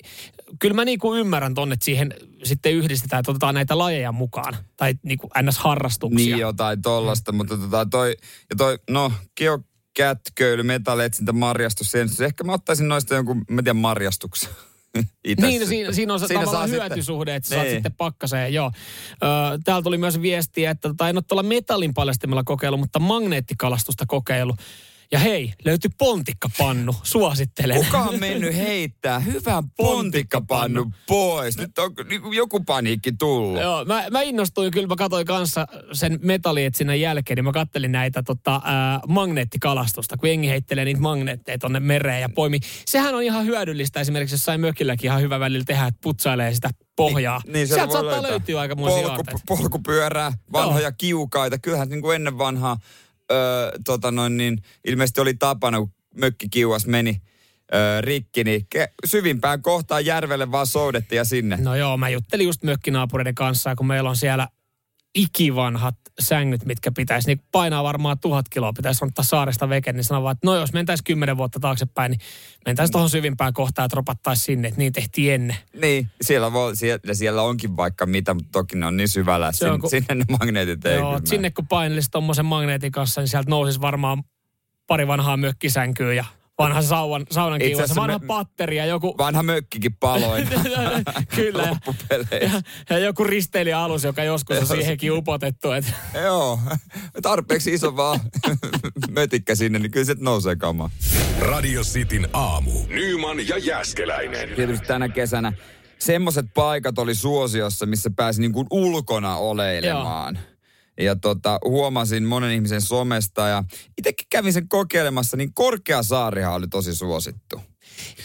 [SPEAKER 3] kyllä mä niinku ymmärrän tonne, että siihen sitten yhdistetään, että otetaan näitä lajeja mukaan. Tai niinku NS-harrastuksia.
[SPEAKER 2] Niin jotain tollasta, mutta tota toi, ja toi, no, geokätköily, metalletsintä, marjastus, sen, ehkä mä ottaisin noista jonkun, mä tiedän, marjastuksen. Itse.
[SPEAKER 3] Niin, no siinä, siinä on se siinä tavallaan hyötysuhde, sitten. että saat
[SPEAKER 2] Niin.
[SPEAKER 3] sitten pakkaseen, joo. Ö, täällä tuli myös viestiä, että tota, en ole tuolla metallin paljastimella kokeillut, mutta magneettikalastusta kokeillut. Ja hei, löytyi pontikkapannu, suosittelen.
[SPEAKER 2] Kuka on mennyt heittää hyvän pontikkapannun pois? Nyt on niinku joku paniikki tullut.
[SPEAKER 3] Joo, mä, mä innostuin kyllä, mä katsoin kanssa sen metallietsinnän jälkeen, niin mä kattelin näitä tota, ää, magneettikalastusta, kun jengi heittelee niitä magneetteja tonne mereen ja poimi. Sehän on ihan hyödyllistä, esimerkiksi jossain mökilläkin ihan hyvä välillä tehdä, että putsailee sitä pohjaa.
[SPEAKER 2] Niin, sieltä
[SPEAKER 3] Sieltä
[SPEAKER 2] voi
[SPEAKER 3] saattaa
[SPEAKER 2] löytää.
[SPEAKER 3] löytyä aika
[SPEAKER 2] Polku, Polkupyörää, vanhoja Joo. kiukaita. Kyllähän niin kuin ennen vanhaa öö, tota noin, niin ilmeisesti oli tapana, kun mökkikiuas meni öö, rikki, niin ke- syvimpään kohtaan järvelle vaan soudettiin ja sinne.
[SPEAKER 3] No joo, mä juttelin just mökkinaapureiden kanssa, kun meillä on siellä ikivanhat sängyt, mitkä pitäisi, niin painaa varmaan tuhat kiloa, pitäisi ottaa saaresta veke, niin sanoo vaan, että no jos mentäisiin kymmenen vuotta taaksepäin, niin
[SPEAKER 2] Mm.
[SPEAKER 3] mentäisiin tuohon syvimpään kohtaan, että ropattaisiin sinne, että niin tehtiin ennen.
[SPEAKER 2] Niin, siellä, voi, siellä, siellä onkin vaikka mitä, mutta toki ne on niin syvällä, että
[SPEAKER 3] Se on
[SPEAKER 2] sinne,
[SPEAKER 3] kun-
[SPEAKER 2] sinne ne magneetit ei
[SPEAKER 3] joo,
[SPEAKER 2] kyllä
[SPEAKER 3] että sinne kun painelisi tuommoisen magneetin kanssa, niin sieltä nousisi varmaan pari vanhaa mökkisänkyä ja vanha saunan, saunan
[SPEAKER 2] Itse
[SPEAKER 3] kiuas,
[SPEAKER 2] asiassa
[SPEAKER 3] vanha
[SPEAKER 2] me-
[SPEAKER 3] patteri ja joku...
[SPEAKER 2] mene. Vanha mökkikin paloi
[SPEAKER 3] Kyllä. ja-
[SPEAKER 2] loppupeleissä.
[SPEAKER 3] Ja, ja, joku risteilijäalus, joka joskus on siihenkin upotettu. Että
[SPEAKER 2] Joo, tarpeeksi iso vaan mötikkä sinne, niin kyllä se nousee kamaa.
[SPEAKER 1] Radio Cityn aamu. Nyman ja Jääskeläinen.
[SPEAKER 2] tietysti tänä kesänä semmoiset paikat oli suosiossa, missä pääsi niin kuin ulkona oleilemaan. Ja tota, huomasin monen ihmisen somesta ja itsekin kävin sen kokeilemassa, niin Korkeasaarihan oli tosi suosittu.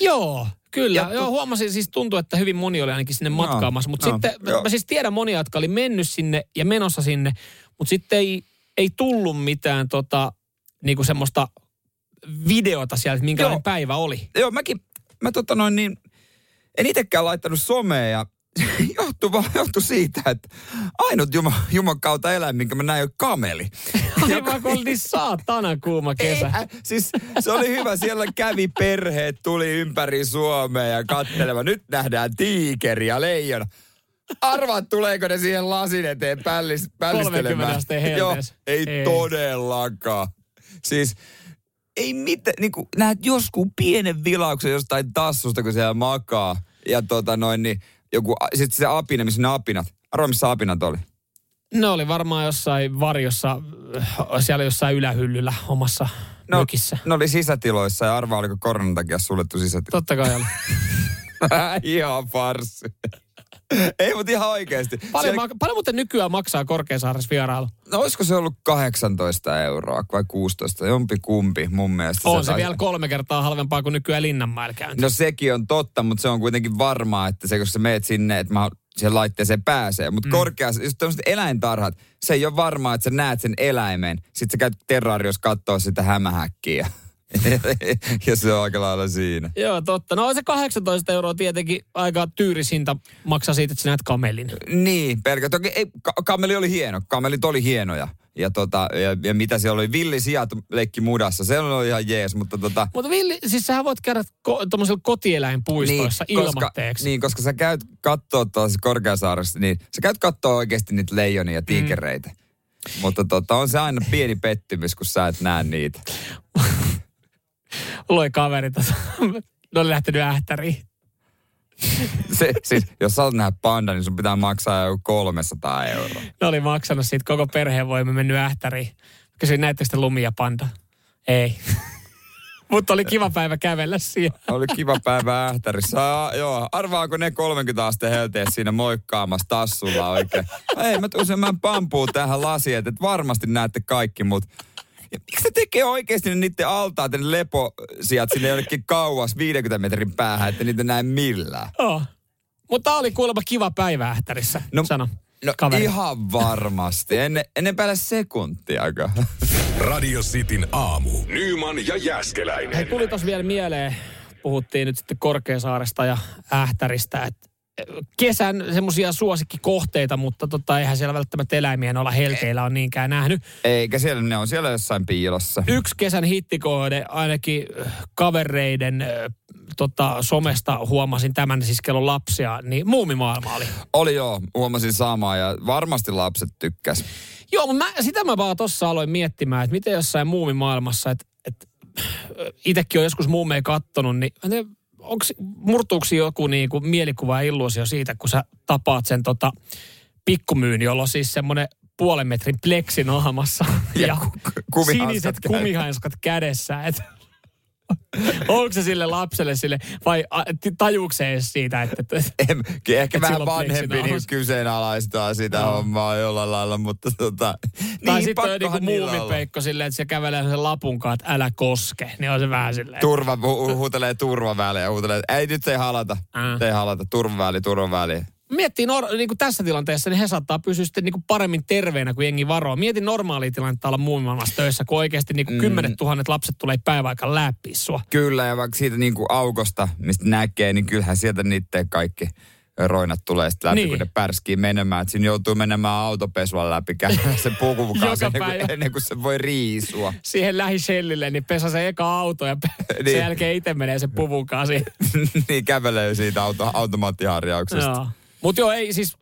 [SPEAKER 3] Joo, kyllä.
[SPEAKER 2] Ja tu-
[SPEAKER 3] joo, huomasin, siis tuntuu, että hyvin moni oli ainakin sinne matkaamassa. Mutta
[SPEAKER 2] joo,
[SPEAKER 3] sitten
[SPEAKER 2] joo.
[SPEAKER 3] mä siis tiedän monia, jotka oli mennyt sinne ja menossa sinne, mutta sitten ei, ei tullut mitään tota, niinku semmoista videota siellä, että minkälainen
[SPEAKER 2] Joo.
[SPEAKER 3] päivä oli.
[SPEAKER 2] Joo, mäkin, mä tota noin niin, en itsekään laittanut somea ja johtuu vaan johtuu siitä, että ainut Juma, Juman kautta eläin, minkä mä näin, on kameli.
[SPEAKER 3] Aivan kun oli niin saatana kuuma kesä.
[SPEAKER 2] Eihän, siis se oli hyvä, siellä kävi perheet, tuli ympäri Suomea ja kattelema. Nyt nähdään tiikeri ja leijona. Arvaat, tuleeko ne siihen lasin eteen pällis,
[SPEAKER 3] 30
[SPEAKER 2] pällistelemään?
[SPEAKER 3] asteen helteessä.
[SPEAKER 2] ei, ei
[SPEAKER 3] Ei.
[SPEAKER 2] todellakaan. Siis ei mitään, niin kuin, näet joskus pienen vilauksen jostain tassusta, kun siellä makaa. Ja tota noin, niin joku, sitten se apina, missä ne apinat. Arvaa, missä apinat oli.
[SPEAKER 3] Ne oli varmaan jossain varjossa, äh, siellä jossain ylähyllyllä omassa no. mökissä.
[SPEAKER 2] ne oli sisätiloissa ja arvaa, oliko koronan takia suljettu sisätila.
[SPEAKER 3] Totta kai oli.
[SPEAKER 2] Ihan farsi. Ei, mutta ihan oikeasti.
[SPEAKER 3] Paljon,
[SPEAKER 2] Siellä-
[SPEAKER 3] Siellä... paljon muuten nykyään maksaa Korkeasaaressa vierailu?
[SPEAKER 2] No olisiko se ollut 18 euroa vai 16, jompi kumpi mun mielestä.
[SPEAKER 3] On se
[SPEAKER 2] taisi-
[SPEAKER 3] vielä kolme kertaa halvempaa kuin nykyään Linnanmäellä käynti.
[SPEAKER 2] No sekin on totta, mutta se on kuitenkin varmaa, että se, kun sä meet sinne, että mä siihen laitteeseen pääsee. Mutta mm. korkeassa, just tämmöiset eläintarhat, se ei ole varmaa, että sä näet sen eläimen. Sitten sä käyt terraariossa katsoa sitä hämähäkkiä. ja se on aika lailla siinä.
[SPEAKER 3] Joo, totta. No on se 18 euroa tietenkin aika tyyris hinta maksaa siitä, että sä näet kamelin.
[SPEAKER 2] Niin, pelkä. Toki ei, ka- kameli oli hieno. Kamelit oli hienoja. Ja, tota, ja, ja mitä siellä oli? Villisijat leikki mudassa. Se oli ihan jees, mutta tota...
[SPEAKER 3] Mutta Villi, siis sähän voit käydä ko- tuommoisella kotieläinpuistoissa niin, ilmatteeksi.
[SPEAKER 2] Niin, koska sä käyt kattoo tuossa Korkeasaaressa, niin sä käyt kattoo oikeasti niitä leijonia ja tiikereitä. Mutta tota, on se aina pieni pettymys, kun sä et näe niitä.
[SPEAKER 3] Loi kaveri tuossa. ne oli lähtenyt ähtäriin.
[SPEAKER 2] Se, siis, jos sä oot nähdä panda, niin sun pitää maksaa joku 300 euroa.
[SPEAKER 3] Ne oli maksanut siitä koko perheen voimme mennyt ähtäriin. Kysyin, näettekö te lumia panta? Ei. Mutta oli kiva päivä kävellä siellä.
[SPEAKER 2] Oli kiva päivä ähtärissä. Aa, joo, arvaako ne 30 asteen helteessä siinä moikkaamassa tassulla oikein? Ei, mä tuun semmoinen pampuu tähän lasiin, että varmasti näette kaikki, mutta miksi se tekee oikeasti ne niiden altaat, ja ne leposijat sinne jonnekin kauas 50 metrin päähän, että niitä näe millään?
[SPEAKER 3] Joo. Mutta oli kuulemma kiva päivä ähtärissä, no, sano
[SPEAKER 2] no
[SPEAKER 3] kaveri.
[SPEAKER 2] ihan varmasti. En, ennen päälle sekuntiakaan.
[SPEAKER 1] Radio Cityn aamu. Nyman ja Jääskeläinen.
[SPEAKER 3] Hei, tuli tuossa vielä mieleen, puhuttiin nyt sitten Korkeasaaresta ja Ähtäristä, että kesän semmoisia suosikkikohteita, mutta tota, eihän siellä välttämättä eläimiä olla helteillä on niinkään nähnyt.
[SPEAKER 2] Eikä siellä, ne on siellä jossain piilossa.
[SPEAKER 3] Yksi kesän hittikohde ainakin äh, kavereiden äh, tota, somesta huomasin tämän, siis kello lapsia, niin muumimaailma oli.
[SPEAKER 2] Oli joo, huomasin samaa ja varmasti lapset tykkäs.
[SPEAKER 3] Joo, mutta mä, sitä mä vaan tossa aloin miettimään, että miten jossain muumimaailmassa, että, että itsekin on joskus muumeja kattonut, niin onko, murtuuko siinä joku niinku mielikuva ja illuusio siitä, kun sä tapaat sen tota pikkumyyn, jolla on siis semmoinen puolen metrin pleksi naamassa ja, ja
[SPEAKER 2] kumihanskat
[SPEAKER 3] siniset
[SPEAKER 2] kädessä.
[SPEAKER 3] kumihanskat kädessä. Et, onko se sille lapselle sille, vai a, tajuuko se edes siitä, että, että
[SPEAKER 2] En, ky- ehkä
[SPEAKER 3] Et
[SPEAKER 2] vähän
[SPEAKER 3] silloin
[SPEAKER 2] vanhempi
[SPEAKER 3] flexinaamassa.
[SPEAKER 2] niin kyseenalaistaa sitä no. hommaa jollain lailla, mutta tota...
[SPEAKER 3] Tai sitten on niinku
[SPEAKER 2] pakkohan niillä olla.
[SPEAKER 3] muumipeikko silleen, että se kävelee sen lapun kanssa, että älä koske. Niin on se vähän silleen.
[SPEAKER 2] Turva, hu- huutelee turvaväliä, huutelee, että ei nyt ei halata,
[SPEAKER 3] Äh.
[SPEAKER 2] äh. ei halata, turvaväli, turvaväli.
[SPEAKER 3] Miettii nor- niinku tässä tilanteessa, niin he saattaa pysyä sitten niinku paremmin terveenä kuin jengi varoa. Mieti normaalia tilannetta olla muumimaailmassa töissä, kun oikeasti
[SPEAKER 2] Mm.
[SPEAKER 3] niinku kymmenet tuhannet lapset tulee päiväaikaan läpi sua.
[SPEAKER 2] Kyllä, ja vaikka siitä niinku aukosta, mistä näkee, niin kyllähän sieltä niiden kaikki roinat tulee sitten läpi,
[SPEAKER 3] Niin.
[SPEAKER 2] niin. kun ne pärskii menemään. Et siinä joutuu menemään autopesulla läpi, käymään sen pukun kanssa
[SPEAKER 3] Joka
[SPEAKER 2] ennen kuin,
[SPEAKER 3] päivä.
[SPEAKER 2] ennen kuin se voi riisua.
[SPEAKER 3] Siihen lähisellille, niin pesä se eka auto ja pe-
[SPEAKER 2] Niin.
[SPEAKER 3] sen jälkeen itse menee sen puvun kanssa. siihen.
[SPEAKER 2] niin kävelee siitä auto, automaattiharjauksesta.
[SPEAKER 3] Joo. Mutta joo, ei siis...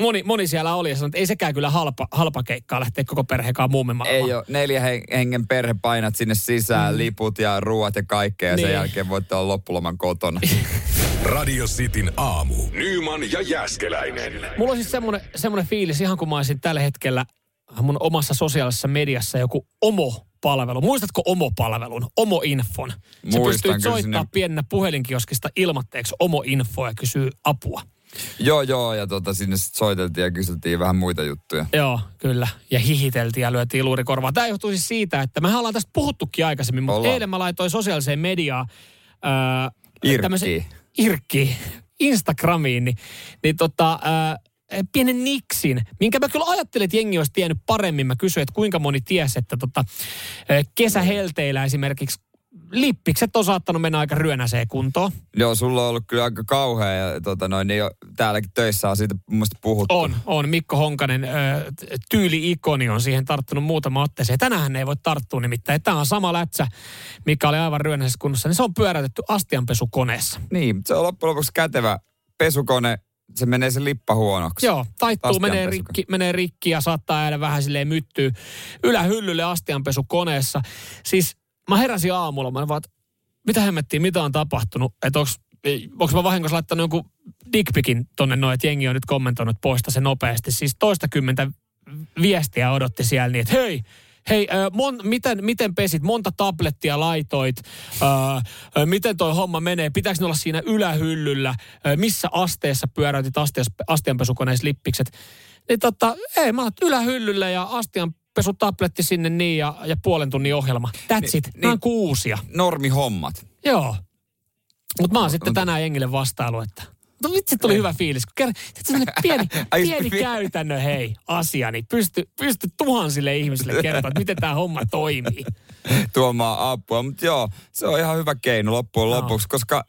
[SPEAKER 3] Moni, moni siellä oli ja sanoi, että ei sekään kyllä halpa, halpa keikkaa lähteä koko perhekaan muumimaailmaan.
[SPEAKER 2] Ei ole. Neljä hen- hengen perhe painat sinne sisään, mm. liput ja ruuat ja kaikkea. Ja
[SPEAKER 3] Niin.
[SPEAKER 2] sen jälkeen voitte olla loppuloman kotona.
[SPEAKER 1] Radio Cityn aamu. Nyman ja Jääskeläinen.
[SPEAKER 3] Mulla on siis semmoinen, semmoinen fiilis, ihan kun mä olisin tällä hetkellä mun omassa sosiaalisessa mediassa joku Omo-palvelu. Muistatko Omo-palvelun? Omo-infon. Se
[SPEAKER 2] Muistan,
[SPEAKER 3] pystyy
[SPEAKER 2] kyllä
[SPEAKER 3] soittaa
[SPEAKER 2] sinne-
[SPEAKER 3] pienenä puhelinkioskista ilmatteeksi Omo-infoa ja kysyy apua.
[SPEAKER 2] joo, joo. Ja tota, sinne sit soiteltiin ja kyseltiin vähän muita juttuja.
[SPEAKER 3] Joo, kyllä. Ja hihiteltiin ja lyötiin luuri korvaan. Tämä johtuu siis siitä, että mehän ollaan tästä puhuttukin aikaisemmin, mutta
[SPEAKER 2] Ollaan.
[SPEAKER 3] eilen mä laitoin sosiaaliseen mediaan äh, ää,
[SPEAKER 2] Irkkiin.
[SPEAKER 3] tämmösen- Irkkiin, Instagramiin, niin, niin tota, ää, pienen niksin, minkä mä kyllä ajattelin, että jengi olisi tiennyt paremmin. Mä kysyin, että kuinka moni tiesi, että tota, ää, kesähelteillä esimerkiksi lippikset on saattanut mennä aika ryönäseen kuntoon.
[SPEAKER 2] Joo, sulla on ollut kyllä aika kauhea. Ja, tota, noin, niin jo, täälläkin töissä on siitä mun mielestä puhuttu.
[SPEAKER 3] On, on. Mikko Honkanen ö, t- tyyli-ikoni on siihen tarttunut muutama otteeseen. Tänään ei voi tarttua nimittäin. Tämä on sama lätsä, mikä oli aivan ryönäisessä kunnossa. Niin se on pyöräytetty astianpesukoneessa.
[SPEAKER 2] Niin, se on loppujen lopuksi kätevä pesukone. Se menee se lippa huonoksi.
[SPEAKER 3] Joo, taittuu,
[SPEAKER 2] Astianpesuko-
[SPEAKER 3] menee rikki, menee rikki ja saattaa jäädä vähän silleen myttyy ylähyllylle astianpesukoneessa. Siis mä heräsin aamulla, mä olin vaan, että mitä hemmettiin, mitä on tapahtunut, että onks, onks mä vahingossa laittanut jonkun dickpikin tonne noin, että jengi on nyt kommentoinut poista se nopeasti. Siis toista kymmentä viestiä odotti siellä niin, että hei, Hei, äh, mon, miten, miten pesit? Monta tablettia laitoit? Äh, äh, miten toi homma menee? Pitääkö ne olla siinä ylähyllyllä? Äh, missä asteessa pyöräytit asteas, astianpesukoneessa lippikset? Niin tota, ei, mä oon ylähyllyllä ja astianpesutabletti sinne niin ja, ja puolen tunnin ohjelma. That's
[SPEAKER 2] Ni-
[SPEAKER 3] it. Niin,
[SPEAKER 2] niin-
[SPEAKER 3] Nämä on kuusia.
[SPEAKER 2] Normihommat.
[SPEAKER 3] Joo. Mutta mä oon sitten tänään jengille vastailu, että mutta vitsi tuli hyvä fiilis, kun kerran, sitten semmoinen pieni,
[SPEAKER 2] Niin. Ai, niin.
[SPEAKER 3] pieni
[SPEAKER 2] vi-
[SPEAKER 3] käytännön hei asia, niin pysty, pysty tuhansille ihmisille kertoa, että miten tämä homma toimii.
[SPEAKER 2] tuomaan apua. Mutta joo, se on ihan hyvä keino loppujen
[SPEAKER 3] Joo.
[SPEAKER 2] lopuksi, koska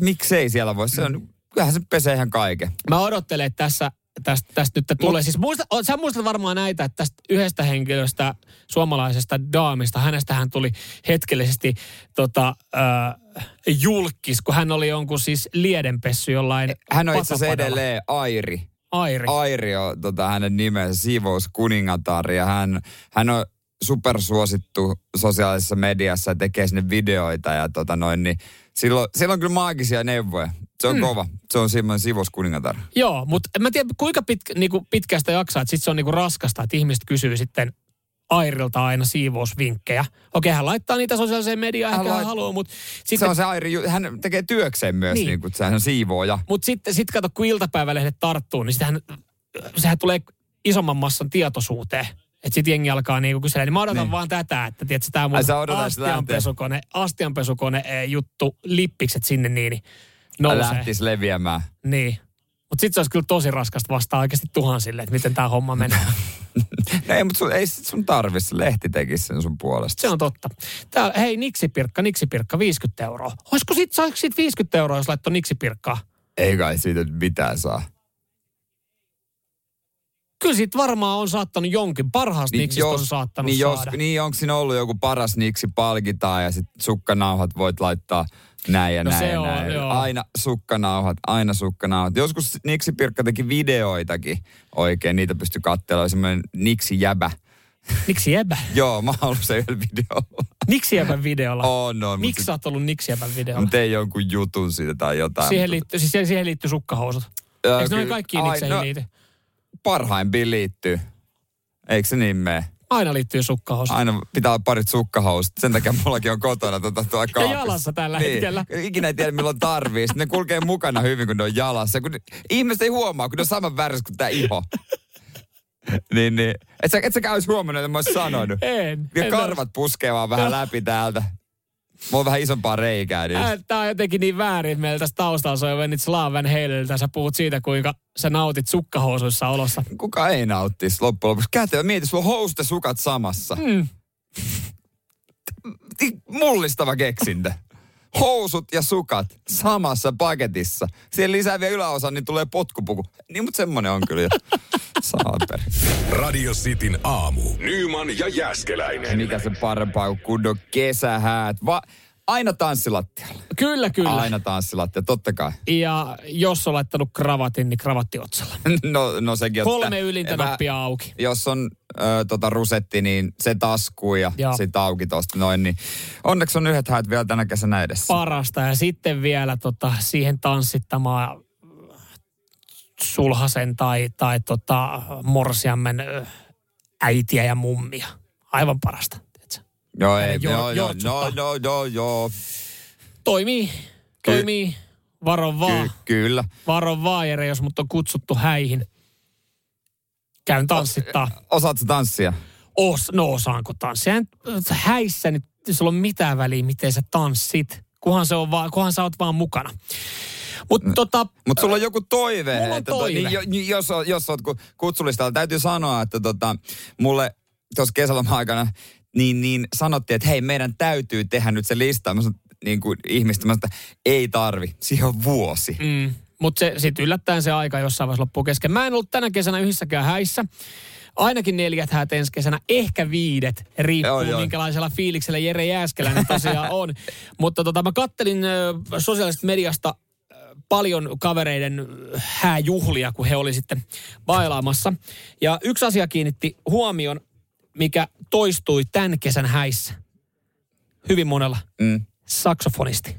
[SPEAKER 2] miksei siellä voi. Se on, kyllähän se pesee ihan kaiken.
[SPEAKER 3] Mä odottelen, että tässä, tästä, tästä nyt tulee. Siis muista, o- sä muistat varmaan näitä, että tästä yhdestä henkilöstä, suomalaisesta daamista, hänestä hän tuli hetkellisesti tota, äh, julkis, kun hän oli jonkun siis liedenpessy jollain
[SPEAKER 2] Hän on itse asiassa
[SPEAKER 3] patapadalla.
[SPEAKER 2] edelleen Airi.
[SPEAKER 3] Airi.
[SPEAKER 2] Airi on tota, hänen nimensä, siivouskuningatar. Ja hän, hän on supersuosittu sosiaalisessa mediassa ja tekee sinne videoita. Ja tota noin, niin silloin, silloin kyllä maagisia neuvoja. Se on mm. kova. Se on semmoinen siivouskuningatar.
[SPEAKER 3] Joo, mutta en mä tiedä kuinka pit, niinku pitkästä jaksaa, että sit se on niinku raskasta, että ihmiset kysyy sitten Airilta aina siivousvinkkejä. Okei, hän laittaa niitä sosiaaliseen mediaan,
[SPEAKER 2] Hän
[SPEAKER 3] ehkä hän
[SPEAKER 2] lait-
[SPEAKER 3] haluaa, mutta
[SPEAKER 2] Se
[SPEAKER 3] sitten,
[SPEAKER 2] on se Airi, ju- hän tekee työkseen myös,
[SPEAKER 3] Niin.
[SPEAKER 2] niin. niin kun sehän on siivooja.
[SPEAKER 3] mut sitten sit kato, kun iltapäivälehdet tarttuu, niin sitähän, sehän tulee isomman massan tietoisuuteen. Että sitten jengi alkaa niinku kysellä, niin mä odotan
[SPEAKER 2] Niin.
[SPEAKER 3] vaan tätä, että tiedätkö, tämä mun
[SPEAKER 2] Ai sä odotat, että se lähtee.
[SPEAKER 3] astianpesukone, astianpesukone eh, juttu, lippikset sinne niin, niin
[SPEAKER 2] Hän
[SPEAKER 3] nousee.
[SPEAKER 2] lähtisi leviämään.
[SPEAKER 3] Niin. Mutta sitten se olisi kyllä tosi raskasta vastaa oikeasti tuhansille, että miten tämä homma menee.
[SPEAKER 2] No ei, mutta sun, ei sit sun tarvi, se lehti tekisi sen sun puolesta.
[SPEAKER 3] Se on totta. Tää, hei, niksipirkka, niksipirkka, 50 euroa. Olisiko sit, saiko sit 50 euroa, jos laittoi niksipirkkaa?
[SPEAKER 2] Ei kai siitä nyt mitään saa.
[SPEAKER 3] Kyllä sit varmaan on saattanut jonkin. Parhaasta niin niksistä on saattanut
[SPEAKER 2] niin, jos,
[SPEAKER 3] saada.
[SPEAKER 2] niin onko siinä ollut joku paras niksi palkitaan ja sit sukkanauhat voit laittaa näin ja
[SPEAKER 3] No
[SPEAKER 2] näin
[SPEAKER 3] se
[SPEAKER 2] ja
[SPEAKER 3] on,
[SPEAKER 2] näin.
[SPEAKER 3] joo.
[SPEAKER 2] Aina sukkanauhat, aina sukkanauhat. Joskus Niksi Pirkka teki videoitakin oikein, niitä pystyi katsella. Oli semmoinen Niksi jäbä.
[SPEAKER 3] Niksi jäbä?
[SPEAKER 2] Joo, mä haluan sen yhdellä videolla.
[SPEAKER 3] Niksi jäbän videolla?
[SPEAKER 2] On, on.
[SPEAKER 3] Miksi sä
[SPEAKER 2] Mutta
[SPEAKER 3] oot ollut niksi jäbän videolla?
[SPEAKER 2] mä tein jonkun jutun siitä tai jotain.
[SPEAKER 3] Siihen
[SPEAKER 2] mutta
[SPEAKER 3] liittyy, siis siihen- siihen liittyy sukkahousut.
[SPEAKER 2] Joo,
[SPEAKER 3] Eikö noin
[SPEAKER 2] kyllä.
[SPEAKER 3] kaikkiin
[SPEAKER 2] Ai,
[SPEAKER 3] nikseihin
[SPEAKER 2] no-
[SPEAKER 3] liity?
[SPEAKER 2] Parhaimpiin liittyy. Eikö se niin mene?
[SPEAKER 3] Aina liittyy sukkahousut.
[SPEAKER 2] aina pitää olla parit sukkahousut. Sen takia mullakin on kotona tota, tuo kaapissa. Niin.
[SPEAKER 3] jalassa tällä hetkellä.
[SPEAKER 2] Ikinä ei tiedä milloin tarvii. Sitten ne kulkee mukana hyvin, kun ne on jalassa. Kun ihmiset ei huomaa, kun ne on saman värissä kuin tämä iho. niin, niin. Et sä, et säkään olisi huomannut, että mä olisin sanonut.
[SPEAKER 3] En.
[SPEAKER 2] Ja
[SPEAKER 3] en
[SPEAKER 2] karvat puskee vaan vähän läpi täältä. Mulla on vähän isompaa reikää. Niin.
[SPEAKER 3] Ää, Tää on jotenkin niin väärin, että meillä tässä taustalla soi Venit Slaaven Heililtä. Sä puhut siitä, kuinka sä nautit sukkahousuissa olossa.
[SPEAKER 2] Kuka ei nauttisi loppujen lopuksi? Kätevä mieti, sulla on housut ja sukat samassa.
[SPEAKER 3] Mm.
[SPEAKER 2] Ti- Mullistava keksintö. Housut ja sukat samassa paketissa. Siihen lisää vielä yläosa, niin tulee potkupuku. Niin, mutta semmonen on kyllä jo. Saaperi.
[SPEAKER 1] Radio Cityn aamu. Nyman ja Jääskeläinen.
[SPEAKER 2] Mikä se parempaa kuin kunnon kesähäät. Va- aina tanssilattialla.
[SPEAKER 3] Kyllä, kyllä.
[SPEAKER 2] Aina tanssilattia, totta kai.
[SPEAKER 3] Ja jos on laittanut kravatin, niin kravatti otsalla.
[SPEAKER 2] No, no sekin on
[SPEAKER 3] Kolme
[SPEAKER 2] sitä-
[SPEAKER 3] ylintä
[SPEAKER 2] Vähän-
[SPEAKER 3] nappia auki.
[SPEAKER 2] jos on ö, tota rusetti, niin se taskuu ja
[SPEAKER 3] Joo.
[SPEAKER 2] sit auki tosta noin. Niin onneksi on yhdet häät vielä tänä kesänä edessä.
[SPEAKER 3] Parasta. Ja sitten vielä tota, siihen tanssittamaan sulhasen tai, tai tota, morsiammen ö, äitiä ja mummia. Aivan parasta. tiedätkö?
[SPEAKER 2] joo, ei,
[SPEAKER 3] jor-
[SPEAKER 2] joo, joo,
[SPEAKER 3] jortsuttaa.
[SPEAKER 2] joo, joo, joo, joo,
[SPEAKER 3] Toimii. Toimii. Varo vaan.
[SPEAKER 2] Ky- kyllä.
[SPEAKER 3] Varo vaan, Jere, jos mut on kutsuttu häihin. Käyn tanssittaa.
[SPEAKER 2] Osaatko tanssia?
[SPEAKER 3] Os, no osaanko tanssia? En- Häissä nyt ei sulla on mitään väliä, miten sä tanssit. Kunhan, se on vaan, kunhan sä oot vaan mukana. Mutta tota,
[SPEAKER 2] Mutta sulla on joku toive.
[SPEAKER 3] Mulla on
[SPEAKER 2] että to-
[SPEAKER 3] toive.
[SPEAKER 2] niin jo- niin jos, oot- jos oot ku- kutsulistalla, täytyy sanoa, että tota, mulle tuossa kesäloma aikana niin, niin sanottiin, että hei, meidän täytyy tehdä nyt se lista. Mä sanoin, niin kuin ihmistä, mä sanoin, että ei tarvi, siihen on vuosi.
[SPEAKER 3] mm, mut se, sit yllättäen se aika jossain vaiheessa loppuu kesken. Mä en ollut tänä kesänä yhdessäkään häissä. Ainakin neljät häät ensi kesänä, ehkä viidet, riippuu
[SPEAKER 2] Joo, joo.
[SPEAKER 3] minkälaisella fiiliksellä Jere Jääskeläinen tosiaan on. Mutta tota, mä kattelin ö, sosiaalisesta mediasta ö, paljon kavereiden hääjuhlia, kun he oli sitten bailaamassa. Ja yksi asia kiinnitti huomion, mikä toistui tämän kesän häissä. Hyvin monella.
[SPEAKER 2] Mm.
[SPEAKER 3] Saksofonisti.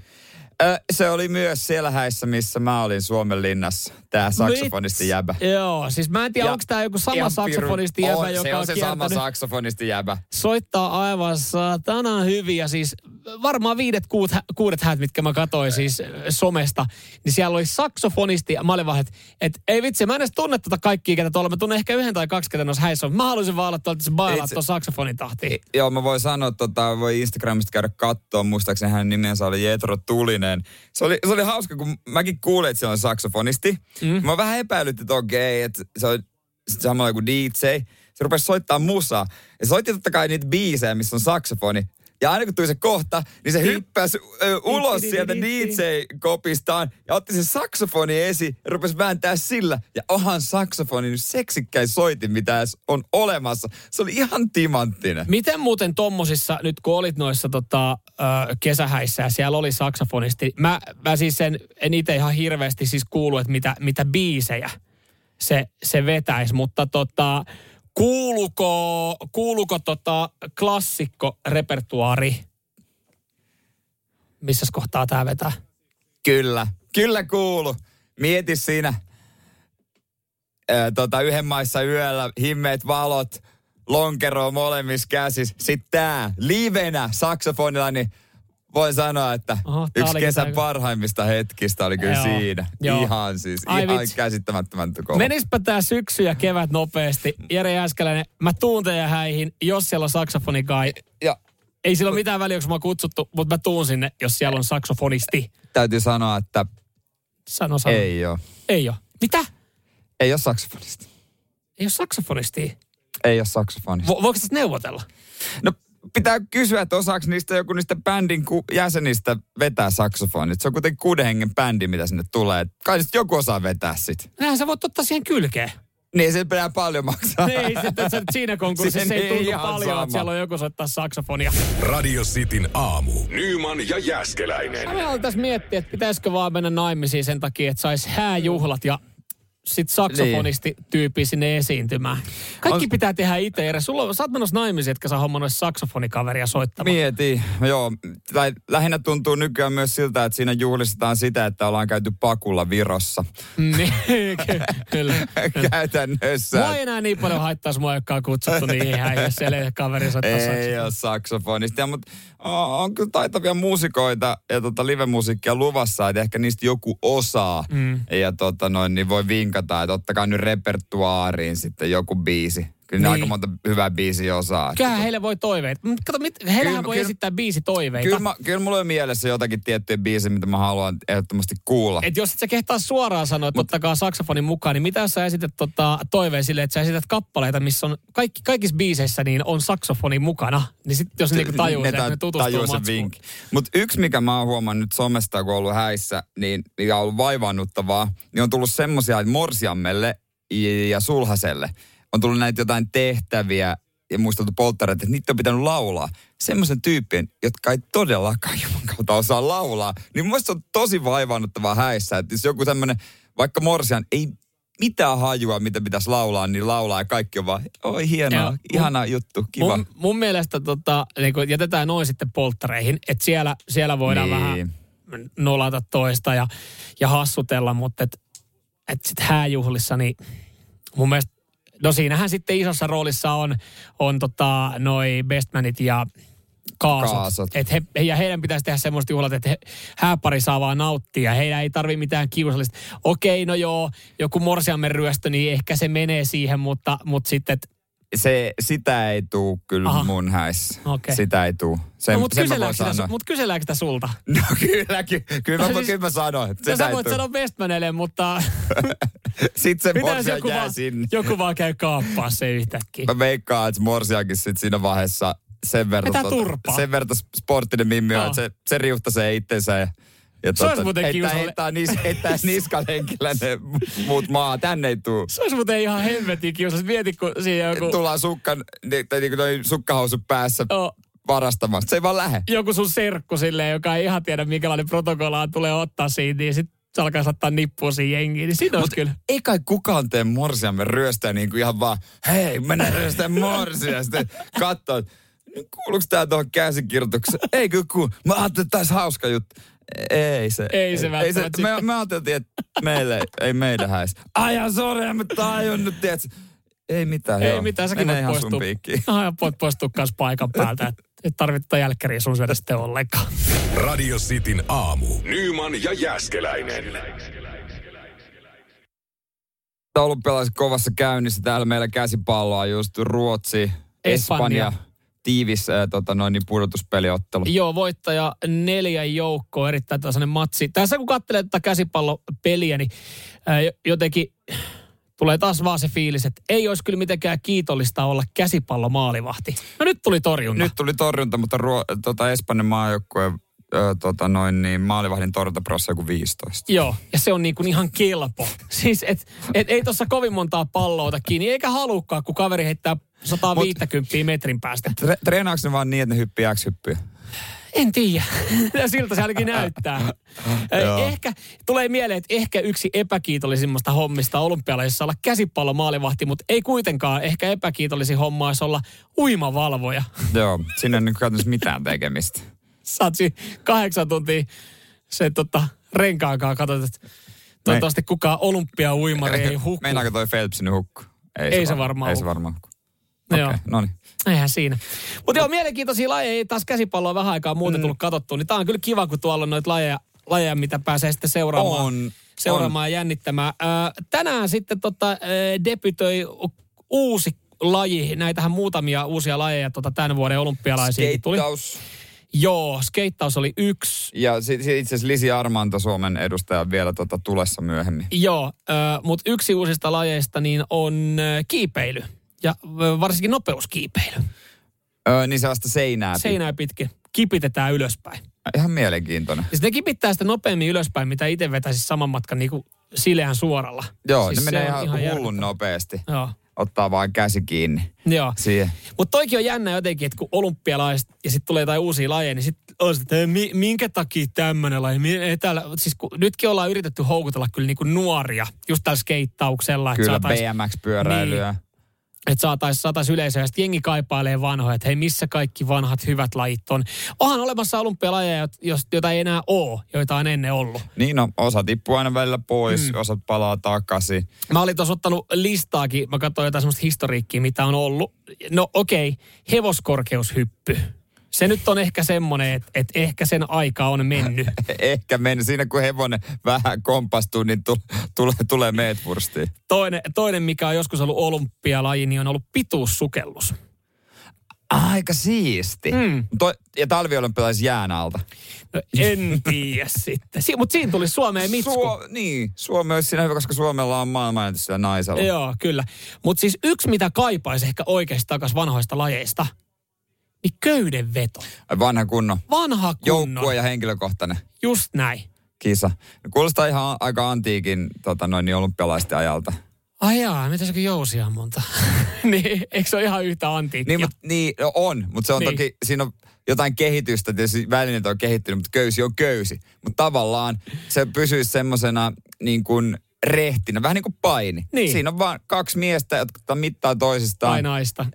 [SPEAKER 2] Ö, se oli myös siellä häissä, missä mä olin Suomen linnassa. Tää saksofonisti jäbä.
[SPEAKER 3] Mit? Joo, siis mä en tiedä, onko tämä joku sama
[SPEAKER 2] Ihan
[SPEAKER 3] saksofonisti
[SPEAKER 2] pirun-
[SPEAKER 3] jäbä,
[SPEAKER 2] on,
[SPEAKER 3] joka
[SPEAKER 2] se on
[SPEAKER 3] on
[SPEAKER 2] se sama
[SPEAKER 3] kiertänyt-
[SPEAKER 2] saksofonisti jäbä.
[SPEAKER 3] soittaa aivan saatana hyviä. Siis varmaan viidet, kuut, kuudet häät, mitkä mä katsoin siis äh, somesta, niin siellä oli saksofonisti ja mä olin vaan, että et, ei vitsi, mä en edes tunne tota kaikkia, ketä tuolla. Mä tunnen ehkä yhden tai kaksi, ketä noissa häissä on. Mä haluaisin vaan olla tuolla, että se bailaa
[SPEAKER 2] Itse-
[SPEAKER 3] tuon saksofonin tahtiin.
[SPEAKER 2] Joo, mä voin sanoa, tota, voi Instagramista käydä kattoon. Muistaakseni hänen nimensä oli Jetro Tulinen. Se oli, se oli hauska, kun mäkin kuulin, että se on saksofonisti. Mm. Mä vähän epäilytti, että okei, että se on sit samalla kuin DJ. Se rupesi soittaa musaa. Ja se soitti totta kai niitä biisejä, missä on saksofoni. Ja aina kun tuli se kohta, niin se hyppäsi ö, ulos sieltä DJ-kopistaan ja otti sen saksofoni esiin ja rupesi vääntää sillä. Ja onhan saksofoni nyt seksikkäin soitin, mitä edes on olemassa. Se oli ihan timanttinen.
[SPEAKER 3] Miten muuten tommosissa, nyt kun olit noissa tota, ö, kesähäissä ja siellä oli saksofonisti, mä, mä siis en, en itse ihan hirveästi siis kuulu, että mitä, mitä biisejä se, se vetäisi, mutta tota, kuuluko, kuuluko tota klassikko repertuaari? Missä kohtaa tämä vetää?
[SPEAKER 2] Kyllä, kyllä kuulu. Mieti siinä ää, tota, yhden maissa yöllä, himmeet valot, lonkero molemmissa käsissä. Sitten tää, livenä saksofonilla, niin voin sanoa, että
[SPEAKER 3] Oho, tää
[SPEAKER 2] yksi
[SPEAKER 3] olikin
[SPEAKER 2] kesän
[SPEAKER 3] tää-
[SPEAKER 2] parhaimmista hetkistä oli kyllä
[SPEAKER 3] Joo,
[SPEAKER 2] siinä.
[SPEAKER 3] joo.
[SPEAKER 2] Ihan siis,
[SPEAKER 3] Ai
[SPEAKER 2] ihan
[SPEAKER 3] vitsi.
[SPEAKER 2] käsittämättömän kova.
[SPEAKER 3] Menispä tää syksy ja kevät nopeasti. Jere Jääskäläinen, mä tuun teidän häihin, jos siellä on saksofonikai.
[SPEAKER 2] Ja
[SPEAKER 3] Ei sillä ole mitään väliä, onko mä kutsuttu, mutta mä tuun sinne, jos siellä on saksofonisti.
[SPEAKER 2] täytyy sanoa, että
[SPEAKER 3] Sano, sano.
[SPEAKER 2] ei ole.
[SPEAKER 3] Ei ole. Mitä?
[SPEAKER 2] Ei ole saksofonisti.
[SPEAKER 3] Ei ole saksofonisti.
[SPEAKER 2] Ei ole saksofonisti.
[SPEAKER 3] Vo, voiko tässä neuvotella?
[SPEAKER 2] No pitää kysyä, että osaako niistä joku niistä bändin ku- jäsenistä vetää saksofonit. Se on kuitenkin kuuden hengen bändi, mitä sinne tulee. Kai niistä joku osaa vetää sit.
[SPEAKER 3] Näinhän sä voit ottaa siihen kylkeen.
[SPEAKER 2] Niin se pitää paljon maksaa.
[SPEAKER 3] Ei, sitten sä- siinä konkurssissa
[SPEAKER 2] Siihen
[SPEAKER 3] ei tunnu
[SPEAKER 2] ihan
[SPEAKER 3] paljon,
[SPEAKER 2] sama.
[SPEAKER 3] että siellä on joku soittaa saksofonia.
[SPEAKER 1] Radio Cityn aamu. Nyman ja Jäskeläinen.
[SPEAKER 3] Mä haluan tässä miettiä, että pitäisikö vaan mennä naimisiin sen takia, että sais hääjuhlat ja sit saksofonisti tyyppi sinne esiintymään. Kaikki
[SPEAKER 2] On-
[SPEAKER 3] pitää tehdä itse, Jere. Sulla, on- sä oot menossa naimisiin, etkä sä homma saksofonikaveria soittamaan.
[SPEAKER 2] Mieti, joo. Tai lähinnä tuntuu nykyään myös siltä, että siinä juhlistetaan sitä, että ollaan käyty pakulla Virossa.
[SPEAKER 3] Niin, ky- kyllä. Mua
[SPEAKER 2] Käytännössä.
[SPEAKER 3] ei enää niin paljon haittaisi, mua ei olekaan kutsuttu niihin häihin, jos siellä ei ole kaveri soittaa
[SPEAKER 2] Ei
[SPEAKER 3] saksofonia.
[SPEAKER 2] ole saksofonista, mutta on kyllä taitavia muusikoita ja tota livemusiikkia luvassa, että ehkä niistä joku osaa. Mm. Ja tota noin, niin voi vinkata, että ottakaa nyt repertuaariin sitten joku biisi. Kyllä niin. ne
[SPEAKER 3] Niin.
[SPEAKER 2] aika monta hyvää biisiä osaa.
[SPEAKER 3] Kyllähän heille voi toiveita. Mut Kato, mit, heillähän
[SPEAKER 2] Kyllä,
[SPEAKER 3] voi
[SPEAKER 2] kyllä.
[SPEAKER 3] esittää biisi toiveita.
[SPEAKER 2] Kyllä, mä, kyllä mulla on mielessä jotakin tiettyjä biisejä, mitä mä haluan ehdottomasti kuulla. Et...
[SPEAKER 3] Et jos et sä kehtaa suoraan sanoa, että ottakaa saksofonin mukaan, niin mitä jos sä esität tota, toiveen sille, että sä esität kappaleita, missä on kaikki, kaikissa biiseissä niin on saksofoni mukana, niin sitten jos niinku tajuu sen, että ne tutustuu
[SPEAKER 2] tajuu sen
[SPEAKER 3] matskuun.
[SPEAKER 2] vinkin. Mutta yksi, mikä mä oon huomannut nyt somesta, kun on ollut häissä, niin mikä on ollut vaivaannuttavaa, niin on tullut semmosia, että Morsiammelle ja- ja Sulhaselle on tullut näitä jotain tehtäviä ja muisteltu polttareita, että niitä on pitänyt laulaa. Semmoisen tyyppien, jotka ei todellakaan juman kautta osaa laulaa, niin mun mielestä se on tosi vaivaannuttavaa häissä, että jos joku tämmöinen, vaikka Morsian ei mitään hajua, mitä pitäisi laulaa, niin laulaa ja kaikki on vaan, oi hienoa,
[SPEAKER 3] Joo, mun-
[SPEAKER 2] ihana juttu, kiva.
[SPEAKER 3] Mun, mun mielestä tota, niin kun jätetään noin sitten polttareihin, että siellä, siellä voidaan
[SPEAKER 2] Niin.
[SPEAKER 3] niin. vähän nolata toista ja, ja hassutella, mutta et, et sit hääjuhlissa niin mun mielestä, no siinähän sitten isossa roolissa on, on tota, noi bestmanit ja kaasot.
[SPEAKER 2] Kaasot.
[SPEAKER 3] Et he, he- ja heidän pitäisi tehdä semmoiset juhlat, että he, hääpari saa vaan nauttia. Heidän ei tarvi mitään kiusallista. Okei, no joo, joku morsiamen ryöstö, niin ehkä se menee siihen, mutta, mutta sitten, et,
[SPEAKER 2] se, sitä ei tuu kyllä Aha.
[SPEAKER 3] Aha.
[SPEAKER 2] mun häissä.
[SPEAKER 3] Okei.
[SPEAKER 2] Sitä ei tuu. Sen,
[SPEAKER 3] no, mutta
[SPEAKER 2] sen mä
[SPEAKER 3] kyselläänkö
[SPEAKER 2] voin
[SPEAKER 3] sitä,
[SPEAKER 2] sanoa.
[SPEAKER 3] su- mut kyselläänkö sitä sulta?
[SPEAKER 2] No kyllä, ky- kyllä, mä,
[SPEAKER 3] No siis-
[SPEAKER 2] kyllä mä sanoin, että
[SPEAKER 3] No,
[SPEAKER 2] sitä
[SPEAKER 3] sä
[SPEAKER 2] ei
[SPEAKER 3] voit
[SPEAKER 2] tuu.
[SPEAKER 3] sanoa Westmanelle, mutta
[SPEAKER 2] Sitten se
[SPEAKER 3] mitä jos
[SPEAKER 2] morsia
[SPEAKER 3] joku,
[SPEAKER 2] jää
[SPEAKER 3] vaan,
[SPEAKER 2] sinne.
[SPEAKER 3] joku vaan käy kaappaa se yhtäkkiä?
[SPEAKER 2] Mä veikkaan, että morsiakin sit siinä vaiheessa sen verran,
[SPEAKER 3] Vetää turpaa.
[SPEAKER 2] sen verran sporttinen mimmi on,
[SPEAKER 3] Joo.
[SPEAKER 2] että se, se riuhtasee itsensä ja ja
[SPEAKER 3] Se olisi muuten
[SPEAKER 2] että
[SPEAKER 3] kiusallinen.
[SPEAKER 2] heittää, nis, heittää niskalenkillä ne mu- muut maa. Tänne ei tuu.
[SPEAKER 3] Se olisi muuten ihan hemmetin kiusallista. Mieti, kun siinä joku,
[SPEAKER 2] Tullaan sukkan, ni- tai niinku noi sukkahousut päässä
[SPEAKER 3] Joo.
[SPEAKER 2] varastamasta. Se ei vaan lähe.
[SPEAKER 3] joku sun serkku silleen, joka ei ihan tiedä, minkälainen protokollaa tulee ottaa siitä, niin sitten se alkaa saattaa nippua siihen jengiin. Niin siinä olisi kyllä.
[SPEAKER 2] ei kai kukaan tee morsiamme ryöstää niin kuin ihan vaan, hei, mennään ryöstää morsia. Sitten "Niin katsoo, että, no kuuluuko tämä tuohon käsikirjoitukseen? Ei kyllä kuulu. Mä ajattelin, että tämä olisi hauska juttu. Ei se.
[SPEAKER 3] Ei se
[SPEAKER 2] ei se
[SPEAKER 3] välttämättä
[SPEAKER 2] me, me ajateltiin, että meille, ei meidän häis. Ai ja sori, mä tajun nyt, tiedätkö. Ei mitään,
[SPEAKER 3] Ei
[SPEAKER 2] joo.
[SPEAKER 3] mitään, säkin
[SPEAKER 2] Mene
[SPEAKER 3] voit
[SPEAKER 2] ihan sun
[SPEAKER 3] poistua.
[SPEAKER 2] piikkiin.
[SPEAKER 3] Aha, voit poistua kanssa paikan päältä. Et, et tarvitse jälkkäriä sun syödä sitten ollenkaan.
[SPEAKER 1] Radio Cityn aamu. Nyman ja Jäskeläinen.
[SPEAKER 2] Taulu pelasi kovassa käynnissä. Täällä meillä käsipalloa just Ruotsi,
[SPEAKER 3] Espanja.
[SPEAKER 2] Espanja. Tiivis äh, tota, noin, niin pudotuspeliottelu.
[SPEAKER 3] Joo, voittaja neljä joukkoa, erittäin tasainen matsi. Tässä kun katselee tätä käsipallopeliä, niin ää, jo- jotenkin tulee taas vaan se fiilis, että ei olisi kyllä mitenkään kiitollista olla käsipallomaalivahti. No nyt tuli torjunta.
[SPEAKER 2] Nyt tuli torjunta, mutta ruo, tota, Espanjan maajoukkueen ö, tota, noin, niin, maalivahdin torjuntaprossa joku 15.
[SPEAKER 3] Joo, ja se on niinku ihan kelpo. Siis et, et ei tuossa kovin montaa palloa ota kiinni, eikä halukkaan, kun kaveri heittää 150 metrin päästä.
[SPEAKER 2] Tre, treenaako ne vaan niin, että ne hyppii X-hyppyä?
[SPEAKER 3] En tiedä. Ja Siltä se ainakin näyttää. Eh,
[SPEAKER 2] Joo.
[SPEAKER 3] ehkä, tulee mieleen, että ehkä yksi epäkiitollisimmasta hommista olympialaisissa olla käsipallo maalivahti, mutta ei kuitenkaan ehkä epäkiitollisin homma olisi olla uimavalvoja.
[SPEAKER 2] Joo, sinne ei nyt käytännössä mitään tekemistä.
[SPEAKER 3] Saat si- kahdeksan tuntia se tota, renkaankaan katsot, että toivottavasti kukaan olympiauimari ei huku.
[SPEAKER 2] Meinaako toi Phelps nyt hukku?
[SPEAKER 3] Ei se
[SPEAKER 2] var-
[SPEAKER 3] varmaan
[SPEAKER 2] Ei se
[SPEAKER 3] hukku.
[SPEAKER 2] varmaan hukku.
[SPEAKER 3] No
[SPEAKER 2] Okei,
[SPEAKER 3] joo.
[SPEAKER 2] okay, no niin.
[SPEAKER 3] Eihän siinä. Mutta joo, mielenkiintoisia lajeja. Ei Taas käsipalloa vähän aikaa muuten
[SPEAKER 2] Mm.
[SPEAKER 3] tullut katsottua. Niin tää on kyllä kiva, kun tuolla on noita lajeja, lajeja mitä pääsee sitten seuraamaan.
[SPEAKER 2] On,
[SPEAKER 3] seuraamaan ja jännittämään. Ö, tänään sitten tota, ö, debytoi u- uusi laji. Näitähän muutamia uusia lajeja tota, tämän vuoden olympialaisiin tuli.
[SPEAKER 2] Skeittaus.
[SPEAKER 3] Joo, skeittaus oli yksi.
[SPEAKER 2] Ja sit, sit itse asiassa Lisi Armanta Suomen edustaja vielä tota tulessa myöhemmin.
[SPEAKER 3] Joo, mutta yksi uusista lajeista niin on ö, kiipeily. Ja ö, varsinkin nopeuskiipeily.
[SPEAKER 2] Öö, niin sellaista seinää. Seinä.
[SPEAKER 3] Seinää pitkin kipitetään ylöspäin.
[SPEAKER 2] Ihan mielenkiintoinen.
[SPEAKER 3] Siis ne kipittää sitä nopeammin ylöspäin, mitä itse vetäisi saman matkan niin kuin sileän suoralla.
[SPEAKER 2] Joo,
[SPEAKER 3] siis
[SPEAKER 2] siis ne menee
[SPEAKER 3] se on
[SPEAKER 2] ihan, ihan
[SPEAKER 3] järjettä-
[SPEAKER 2] hullun nopeasti.
[SPEAKER 3] Joo,
[SPEAKER 2] Ottaa vaan käsi kiinni
[SPEAKER 3] joo.
[SPEAKER 2] siihen.
[SPEAKER 3] Mutta toikin on jännä jotenkin, että kun olympialaiset ja sitten tulee jotain uusia lajeja, niin sitten on sit, että mi- minkä takia tämmöinen laji? Mi- ei täällä, siis kun, nytkin ollaan yritetty houkutella kyllä niinku nuoria just tällä skeittauksella, että
[SPEAKER 2] Kyllä
[SPEAKER 3] saatais-
[SPEAKER 2] BMX-pyöräilyä. Niin.
[SPEAKER 3] että saatais, saatais yleisöä. Ja sitten jengi kaipailee vanhoja, että hei missä kaikki vanhat hyvät lajit on. Onhan olemassa olympialajeja, jot- jos- joita ei enää ole, joita on ennen ollut.
[SPEAKER 2] Niin no, osa tippuu aina välillä pois, mm. osa palaa takaisin.
[SPEAKER 3] Mä olin tuossa ottanut listaakin, mä katsoin jotain semmoista historiikkiä, mitä on ollut. No okei, okay. hevoskorkeushyppy. Se nyt on ehkä semmoinen, että et ehkä sen aika on mennyt.
[SPEAKER 2] E- Ehkä meni siinä, kun hevonen vähän kompastuu, niin tu- tule, tulee meet vurstiin.
[SPEAKER 3] Toinen, toinen, mikä on joskus ollut olympialaji, niin on ollut pituussukellus.
[SPEAKER 2] Aika siisti. Mm. To- ja talviolympialais jään alta.
[SPEAKER 3] No, en tiedä sitten. Si- Mutta siinä tuli Suomeen mitsku.
[SPEAKER 2] Suo- niin, Suomi olisi siinä hyvä, koska Suomella on maailmanennätys sillä naisella.
[SPEAKER 3] Joo, kyllä. Mutta siis yksi, mitä kaipaisi ehkä oikeasti takaisin vanhoista lajeista, niin köydenveto.
[SPEAKER 2] Ai Vanha kunnon.
[SPEAKER 3] Vanha
[SPEAKER 2] Joukkue
[SPEAKER 3] kunnon.
[SPEAKER 2] ja henkilökohtainen
[SPEAKER 3] Just näin.
[SPEAKER 2] kisa. Kuulostaa ihan aika antiikin tota, noin, niin olympialaisten ajalta.
[SPEAKER 3] Ai jaa, mitä se kun jousia on monta? niin, eikö se ole ihan yhtä antiikkia?
[SPEAKER 2] Niin, mut, niin no on, mutta se on
[SPEAKER 3] Niin.
[SPEAKER 2] niin. toki, siinä on jotain kehitystä, tietysti välineet on kehittynyt, mutta köysi on köysi. Mutta tavallaan se pysyisi semmoisena niin kuin rehtinä, vähän niin kuin paini.
[SPEAKER 3] Niin.
[SPEAKER 2] Siinä on vaan kaksi miestä, jotka tota mittaa toisistaan
[SPEAKER 3] tai naista.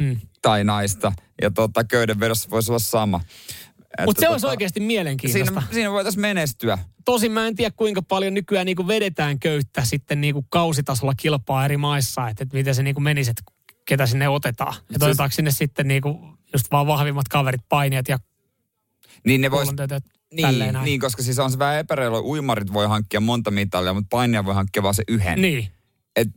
[SPEAKER 3] Mm.
[SPEAKER 2] tai naista. Ja tota, köydenvedossa voisi olla sama.
[SPEAKER 3] Mutta
[SPEAKER 2] Että
[SPEAKER 3] se olisi
[SPEAKER 2] tota,
[SPEAKER 3] oikeasti mielenkiintoista.
[SPEAKER 2] Siinä, siinä voitaisiin menestyä.
[SPEAKER 3] Tosin mä en tiedä, kuinka paljon nykyään niin kuin vedetään köyttä sitten niin kuin kausitasolla kilpaa eri maissa, että, että miten se niin kuin menisi, että ketä sinne otetaan. Että
[SPEAKER 2] Siis-
[SPEAKER 3] otetaanko sinne sitten niin kuin just vaan vahvimmat kaverit, painijat ja
[SPEAKER 2] Niin ne vois,
[SPEAKER 3] kuulontöitä, tälleen
[SPEAKER 2] niin,
[SPEAKER 3] näin.
[SPEAKER 2] niin, koska siis on se vähän epäreilu. Uimarit voi hankkia monta mitalia, mutta painia voi hankkia vaan se yhden.
[SPEAKER 3] niin.
[SPEAKER 2] et,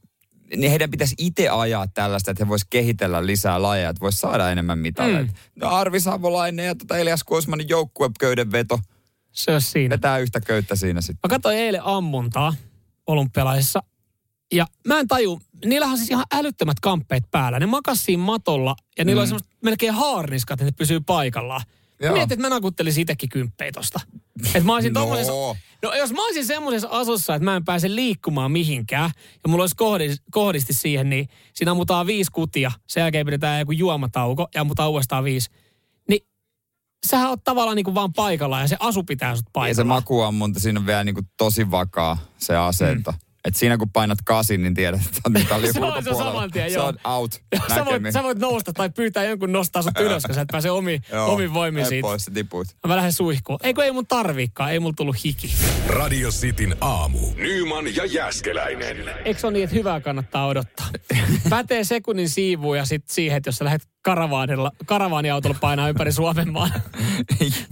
[SPEAKER 2] niin heidän pitäisi itse ajaa tällaista, että he vois kehitellä lisää lajeja, että vois saada enemmän mitaleita. Mm. Arvi Savolainen ja tota Elias Kuosmanin joukkueköyden veto
[SPEAKER 3] se olisi siinä.
[SPEAKER 2] vetää yhtä köyttä siinä sitten.
[SPEAKER 3] Mä katsoin eilen ammuntaa olympialaisissa. Ja mä en taju, niillähän on siis ihan älyttömät kamppeet päällä. Ne makas siinä matolla ja niillä mm. on semmoiset melkein haarniskat, että ne pysyy paikallaan. Joo.
[SPEAKER 2] Joo.
[SPEAKER 3] Mietin, että mä nakuttelisin itsekin kymppejä tosta. Et mä olisin
[SPEAKER 2] No.
[SPEAKER 3] tommosessa, no jos mä olisin semmoisessa asussa, että mä en pääse liikkumaan mihinkään, ja mulla olisi kohdis, kohdisti siihen, niin siinä ammutaan viisi kutia, sen jälkeen pidetään joku juomatauko ja ammutaan uudestaan viisi. Niin sähän oot tavallaan niin kuin vaan paikallaan ja se asu pitää sut
[SPEAKER 2] Ja se
[SPEAKER 3] paikallaan.
[SPEAKER 2] makuammunta, siinä on vielä niinku tosi vakaa se asento. Mm. Et siinä kun painat kasin, niin tiedät, että on metalli
[SPEAKER 3] Se on- se on saman tien,
[SPEAKER 2] se
[SPEAKER 3] joo.
[SPEAKER 2] on out.
[SPEAKER 3] Sä voit,
[SPEAKER 2] Näkemiin.
[SPEAKER 3] sä voit nousta tai pyytää jonkun nostaa sut ylös, kun sä et pääse omi,
[SPEAKER 2] Joo,
[SPEAKER 3] omin voimin
[SPEAKER 2] ei
[SPEAKER 3] siitä.
[SPEAKER 2] Pois, sä tipuit.
[SPEAKER 3] Mä lähden suihkuun. Eikö ei mun tarviikaan, ei mulla tullut hiki.
[SPEAKER 1] Radio Cityn aamu. Nyman ja Jääskeläinen.
[SPEAKER 3] Eikö se ole niin, että hyvää kannattaa odottaa? Pätee sekunnin siivuun ja sit siihen, että jos sä lähdet karavaanilla, karavaaniautolla painaa ympäri Suomen maan.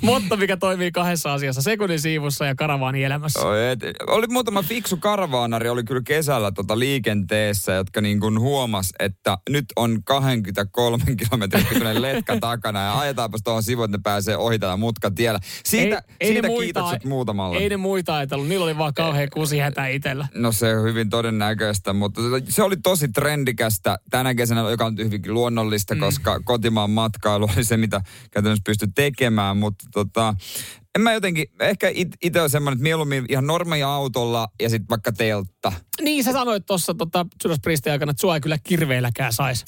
[SPEAKER 3] Motto, mikä toimii kahdessa asiassa, sekunnin siivussa ja karavaanielämässä.
[SPEAKER 2] Oi, et- Oli muutama fiksu karvaanari, oli kyllä kesällä tota liikenteessä, jotka niin kuin huomas, että nyt on 23 kilometrin pituinen letka takana ja ajetaanpas tuohon sivuun, että ne pääsee ohi tällä mutkatiellä. Siitä, siitä kiitokset muutamalle.
[SPEAKER 3] Ei ne muita ajatellut, niillä oli vaan kauhean kusihätä itsellä.
[SPEAKER 2] No se on hyvin todennäköistä, mutta tota, se oli tosi trendikästä tänä kesänä, joka on hyvinkin luonnollista, mm. koska kotimaan matkailu oli se, mitä käytännössä pystyi tekemään, mutta tota, en mä jotenkin, ehkä itse on semmoinen, että mieluummin ihan normaalia autolla ja sitten vaikka teltta.
[SPEAKER 3] Niin, sä sanoit tuossa tota, Judas Priestin aikana, että sua ei kyllä kirveelläkään saisi.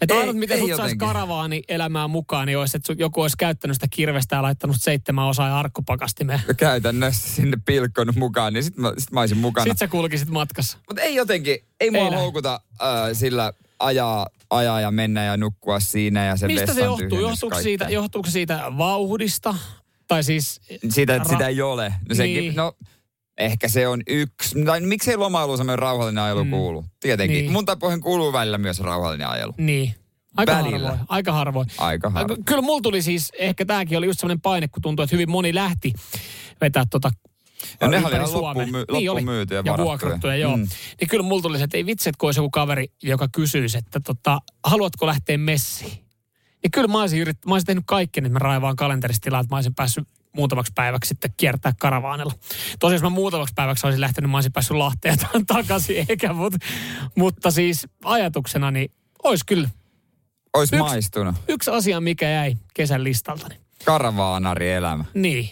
[SPEAKER 3] Että
[SPEAKER 2] Ei-
[SPEAKER 3] ainut, miten
[SPEAKER 2] ei
[SPEAKER 3] sut saisi
[SPEAKER 2] jotenkin.
[SPEAKER 3] karavaani elämään mukaan, niin olisi, että sut- joku olisi käyttänyt sitä kirvestä ja laittanut seitsemän osaa arkkupakastimeen.
[SPEAKER 2] Käytännössä sinne pilkkonut mukaan, niin sitten mä, sit mä olisin mukana.
[SPEAKER 3] Sitten sä kulkisit matkassa.
[SPEAKER 2] Mutta ei jotenkin, ei mua
[SPEAKER 3] Ei lähde.
[SPEAKER 2] houkuta äh, sillä ajaa, ajaa ja mennä ja nukkua siinä ja sen
[SPEAKER 3] Mistä se
[SPEAKER 2] vessan
[SPEAKER 3] johtuu?
[SPEAKER 2] tyhjennys
[SPEAKER 3] Johtuuko
[SPEAKER 2] kaikkea.
[SPEAKER 3] siitä, johtuuko siitä vauhdista? Tai siis...
[SPEAKER 2] Siitä, että
[SPEAKER 3] Ra-
[SPEAKER 2] sitä ei ole. No, sekin,
[SPEAKER 3] Niin.
[SPEAKER 2] no ehkä se on yksi. no, Tai miksei lomailuun semmoinen rauhallinen ajelu
[SPEAKER 3] Mm.
[SPEAKER 2] mm. kuulu? Tietenkin.
[SPEAKER 3] Niin.
[SPEAKER 2] Niin. Mun tapoihin kuuluu välillä myös rauhallinen ajelu.
[SPEAKER 3] Niin. Aika
[SPEAKER 2] Välillä.
[SPEAKER 3] harvoin. Aika harvoin.
[SPEAKER 2] Aika harva.
[SPEAKER 3] Äh, Ky- Kyllä mulla tuli siis, ehkä tämäkin oli just sellainen paine, kun tuntui, että hyvin moni lähti vetää tota
[SPEAKER 2] Ja nehän
[SPEAKER 3] ympäri
[SPEAKER 2] oli ihan
[SPEAKER 3] Suomen.
[SPEAKER 2] loppuun myy-
[SPEAKER 3] niin
[SPEAKER 2] loppuun
[SPEAKER 3] oli.
[SPEAKER 2] myytyjä,
[SPEAKER 3] ja
[SPEAKER 2] varattuja.
[SPEAKER 3] vuokrattuja, joo. Mm.
[SPEAKER 2] Mm.
[SPEAKER 3] Niin kyllä mulla tuli se, että ei vitsi, että kun olisi joku kaveri, joka kysyisi, että tota, haluatko lähteä messiin? Niin kyllä mä olisin, yrit, mä olisin tehnyt kaiken, että mä raivaan kalenterista tilaa, että mä olisin päässyt muutamaksi päiväksi sitten kiertää karavaanella. Tosin jos mä muutamaksi päiväksi olisin lähtenyt, mä olisin päässyt Lahteen ta- takaisin, eikä mut. Mutta siis ajatuksena, niin olisi kyllä
[SPEAKER 2] Ois
[SPEAKER 3] Yksi-
[SPEAKER 2] maistunut.
[SPEAKER 3] yksi asia, mikä jäi kesän listaltani.
[SPEAKER 2] Karavaanari elämä.
[SPEAKER 3] Niin.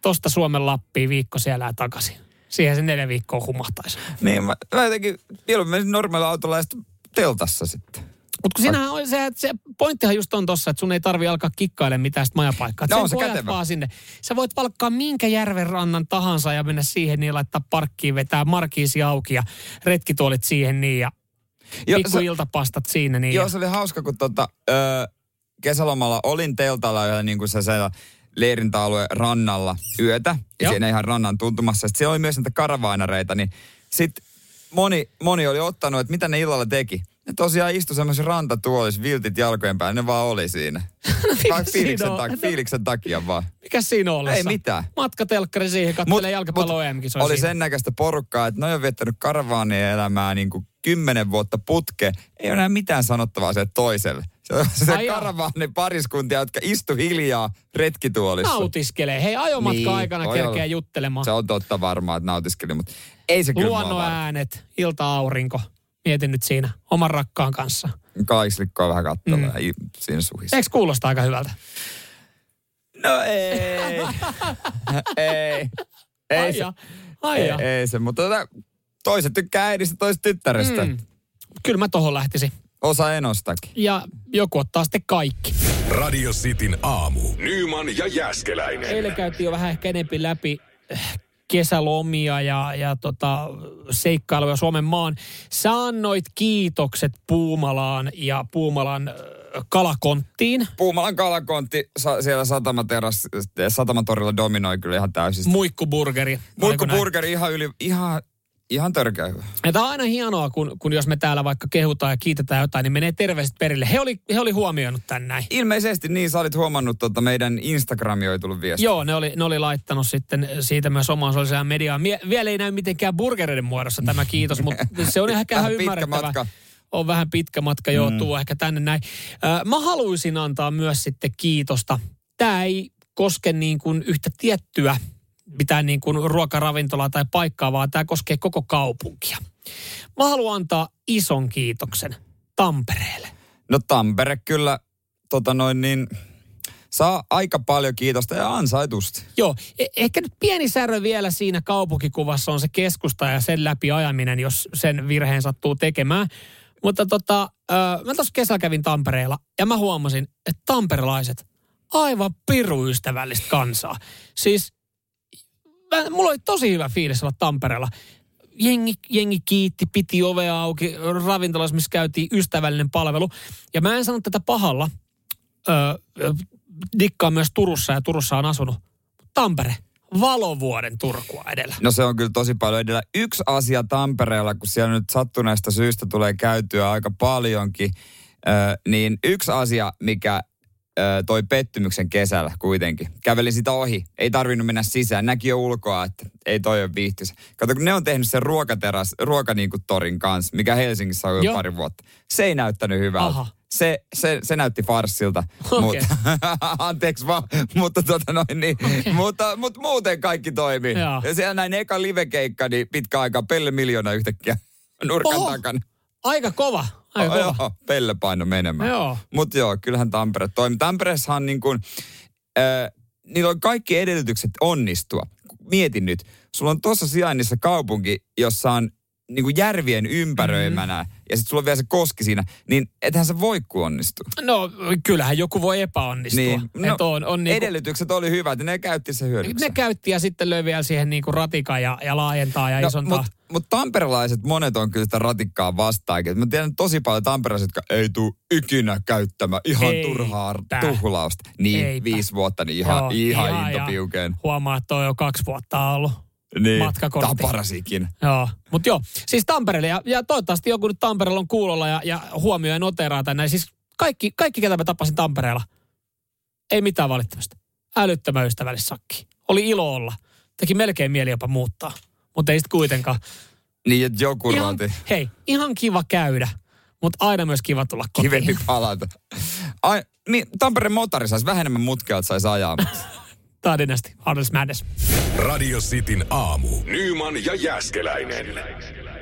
[SPEAKER 3] Tosta Suomen Lappiin viikko siellä ja takaisin. Siihen se neljä viikkoa humahtaisi.
[SPEAKER 2] Niin, mä, mä jotenkin mieluummin menisin normaalilla autolla ja sitten teltassa sitten.
[SPEAKER 3] Mutta kun sinähän on, se, se pointtihan just on tossa, että sun ei tarvi alkaa kikkailla mitään sitä majapaikkaa. Et
[SPEAKER 2] No,
[SPEAKER 3] sen
[SPEAKER 2] on se
[SPEAKER 3] kun ajat
[SPEAKER 2] kätevä.
[SPEAKER 3] vaan sinne. Sä voit valkkaa minkä järven rannan tahansa ja mennä siihen niin laittaa parkkiin, vetää markiisi auki ja retkituolit siihen niin ja
[SPEAKER 2] Jo,
[SPEAKER 3] pikku
[SPEAKER 2] se,
[SPEAKER 3] iltapastat siinä niin.
[SPEAKER 2] joo,
[SPEAKER 3] Ja,
[SPEAKER 2] se oli hauska, kun tota, ö, kesälomalla olin teltalla yhdellä niin kuin se siellä leirintäalue rannalla yötä. Ja
[SPEAKER 3] Joo.
[SPEAKER 2] siinä ihan rannan tuntumassa. Sitten siellä oli myös näitä karavaanareita, niin sitten moni, moni oli ottanut, että mitä ne illalla teki. Ne tosiaan istui semmoisessa rantatuolissa viltit jalkojen päällä, ne vaan oli siinä. Vaan
[SPEAKER 3] No, siinä
[SPEAKER 2] fiiliksen,
[SPEAKER 3] on?
[SPEAKER 2] tak-
[SPEAKER 3] No.
[SPEAKER 2] fiiliksen takia vaan.
[SPEAKER 3] mikä siinä on ollessa?
[SPEAKER 2] Ei mitään.
[SPEAKER 3] Matkatelkkari siihen,
[SPEAKER 2] Mut-
[SPEAKER 3] kattelee jalkapallo
[SPEAKER 2] mut
[SPEAKER 3] EM-kisoja
[SPEAKER 2] Oli
[SPEAKER 3] siinä.
[SPEAKER 2] sen näköistä porukkaa, että ne on viettänyt karvaania elämää niin kuin kymmenen vuotta putke. Ei ole enää mitään sanottavaa se toiselle. Se on se
[SPEAKER 3] Ai joo.
[SPEAKER 2] karavaani pariskuntia, jotka istu hiljaa retkituolissa.
[SPEAKER 3] Nautiskelee. Hei, ajomatka
[SPEAKER 2] Niin,
[SPEAKER 3] aikana
[SPEAKER 2] voi
[SPEAKER 3] kerkeä
[SPEAKER 2] olla.
[SPEAKER 3] juttelemaan.
[SPEAKER 2] Se on totta varmaan, että nautiskeli, mutta ei se kyllä mua varmaan.
[SPEAKER 3] Luonnoäänet, ilta-aurinko. Mietin nyt siinä oman rakkaan kanssa.
[SPEAKER 2] Kaikslikkoa vähän kattoo mm. siinä suhissa.
[SPEAKER 3] Eikö kuulosta aika hyvältä?
[SPEAKER 2] No ei. ei. Ei
[SPEAKER 3] Ai
[SPEAKER 2] se,
[SPEAKER 3] ja, ai
[SPEAKER 2] ei,
[SPEAKER 3] ja.
[SPEAKER 2] ei se, mutta tota, toiset tykkää äidistä, toiset tyttärestä.
[SPEAKER 3] Mm.
[SPEAKER 2] Mm.
[SPEAKER 3] Kyllä mä tohon lähtisin.
[SPEAKER 2] Osa enostakin.
[SPEAKER 3] Ja joku ottaa sitten kaikki.
[SPEAKER 1] Radio Cityn aamu. Nyman ja Jääskeläinen.
[SPEAKER 3] Eilen käytiin jo vähän ehkä enempi läpi eh, kesälomia ja, ja tota, seikkailuja Suomen maan. Sä annoit kiitokset Puumalaan ja Puumalan eh, kalakonttiin.
[SPEAKER 2] Puumalan kalakontti sa- siellä satamateras, satamatorilla dominoi kyllä ihan täysin.
[SPEAKER 3] Muikkuburgeri. Oliko
[SPEAKER 2] Muikku
[SPEAKER 3] näin?
[SPEAKER 2] burgeri ihan yli, ihan, ihan törkeä hyvä.
[SPEAKER 3] Ja tämä on aina hienoa, kun, kun jos me täällä vaikka kehutaan ja kiitetään jotain, niin menee terveiset perille. He oli, he oli huomioinut tän näin.
[SPEAKER 2] Ilmeisesti niin, sä olit huomannut, että tota meidän Instagrami oli tullut viesti.
[SPEAKER 3] Joo, ne oli, ne oli laittanut sitten siitä myös omaan sosiaaliseen mediaan. Mie, vielä ei näy mitenkään burgereiden muodossa tämä kiitos, mutta se on ehkä ihan
[SPEAKER 2] Vähän pitkä
[SPEAKER 3] ymmärrettävä.
[SPEAKER 2] matka.
[SPEAKER 3] On vähän pitkä matka, joo, mm. tuu ehkä tänne näin. Ö, Mä haluaisin antaa myös sitten kiitosta. Tämä ei koske niin kuin yhtä tiettyä mitään niin kuin ruokaravintolaa tai paikkaa, vaan tämä koskee koko kaupunkia. Mä haluan antaa ison kiitoksen Tampereelle.
[SPEAKER 2] No Tampere kyllä tota noin niin, saa aika paljon kiitosta ja ansaitusti.
[SPEAKER 3] Joo, e- ehkä nyt pieni särö vielä siinä kaupunkikuvassa on se keskusta ja sen läpi ajaminen, jos sen virheen sattuu tekemään. Mutta tota, ö, mä tuossa kesällä kävin Tampereella ja mä huomasin, että tamperelaiset, aivan piruystävällistä kansaa. Siis mä, mulla oli tosi hyvä fiilis olla Tampereella. jengi, jengi kiitti, piti ovea auki ravintolassa, missä käytiin ystävällinen palvelu. Ja mä en sano tätä pahalla. Ö, ö, dikkaan myös Turussa ja Turussa on asunut. Tampere, valovuoden Turkua edellä.
[SPEAKER 2] No se on kyllä tosi paljon edellä. Yksi asia Tampereella, kun siellä nyt sattuneesta syystä tulee käytyä aika paljonkin, ö, niin yksi asia, mikä ö, toi pettymyksen kesällä kuitenkin. Kävelin sitä ohi. Ei tarvinnut mennä sisään. Näki jo ulkoa, että ei toi ole viihtyisä. Kato, kun ne on tehnyt sen ruokateras, ruokaninkutorin kanssa, mikä Helsingissä on jo
[SPEAKER 3] Joo.
[SPEAKER 2] pari vuotta. Se ei näyttänyt hyvältä.
[SPEAKER 3] Aha.
[SPEAKER 2] Se, se, se, näytti farssilta,
[SPEAKER 3] Okei.
[SPEAKER 2] mutta anteeksi vaan, mutta, tota noin, niin, mutta, mutta muuten kaikki toimii.
[SPEAKER 3] Joo.
[SPEAKER 2] Ja siellä näin eka livekeikka, niin pitkä aika Pelle miljoona yhtäkkiä nurkan
[SPEAKER 3] Oho.
[SPEAKER 2] takana.
[SPEAKER 3] Aika kova, aika kova.
[SPEAKER 2] joo, Pelle paino menemään.
[SPEAKER 3] Joo.
[SPEAKER 2] Mutta joo, kyllähän Tampere toimii. Tampereessahan niin kuin, äh, niillä on kaikki edellytykset onnistua. Mietin nyt, sulla on tuossa sijainnissa kaupunki, jossa on niin kuin järvien ympäröimänä,
[SPEAKER 3] Mm-hmm.
[SPEAKER 2] mm. ja sitten sulla on vielä se koski siinä, niin ethän se voi kuin onnistua.
[SPEAKER 3] No kyllähän joku voi epäonnistua.
[SPEAKER 2] No,
[SPEAKER 3] Et on, on niinku,
[SPEAKER 2] Edellytykset oli hyvät, ja ne käytti se hyödyksi.
[SPEAKER 3] ne käytti ja sitten löi vielä siihen niinku ratikan ja, ja laajentaa ja no, isontaa.
[SPEAKER 2] Mutta mut tamperelaiset monet on kyllä sitä ratikkaa vastaan. Mä tiedän tosi paljon tamperelaiset, jotka ei tule ikinä käyttämään ihan
[SPEAKER 3] Eipä.
[SPEAKER 2] turhaa tuhlausta. Niin,
[SPEAKER 3] Eipä.
[SPEAKER 2] viisi vuotta, niin ihan,
[SPEAKER 3] Joo,
[SPEAKER 2] ihan,
[SPEAKER 3] ja
[SPEAKER 2] into piukeen.
[SPEAKER 3] Huomaa, että toi on kaksi vuotta ollut.
[SPEAKER 2] Niin,
[SPEAKER 3] matkakortti.
[SPEAKER 2] taparasikin.
[SPEAKER 3] Joo, mutta joo, siis Tampereelle ja, ja toivottavasti joku nyt Tampereella on kuulolla ja, ja huomioi ja noteraa tänne. Siis kaikki, kaikki, ketä mä tapasin Tampereella, ei mitään valittamista. Älyttömän ystävällisakki. Oli ilo olla. Teki melkein mieli jopa muuttaa, mutta ei sitten kuitenkaan.
[SPEAKER 2] Niin, että joku
[SPEAKER 3] Ihan,
[SPEAKER 2] roti.
[SPEAKER 3] hei, ihan kiva käydä, mutta aina myös kiva tulla kotiin.
[SPEAKER 2] Kivempi palata. Ai, niin, Tampereen motari saisi vähän enemmän mutkia, että saisi ajaa.
[SPEAKER 3] Tämä on Dynasty, Arnold's Madness.
[SPEAKER 1] Radio Cityn aamu. Nyman ja Jääskeläinen.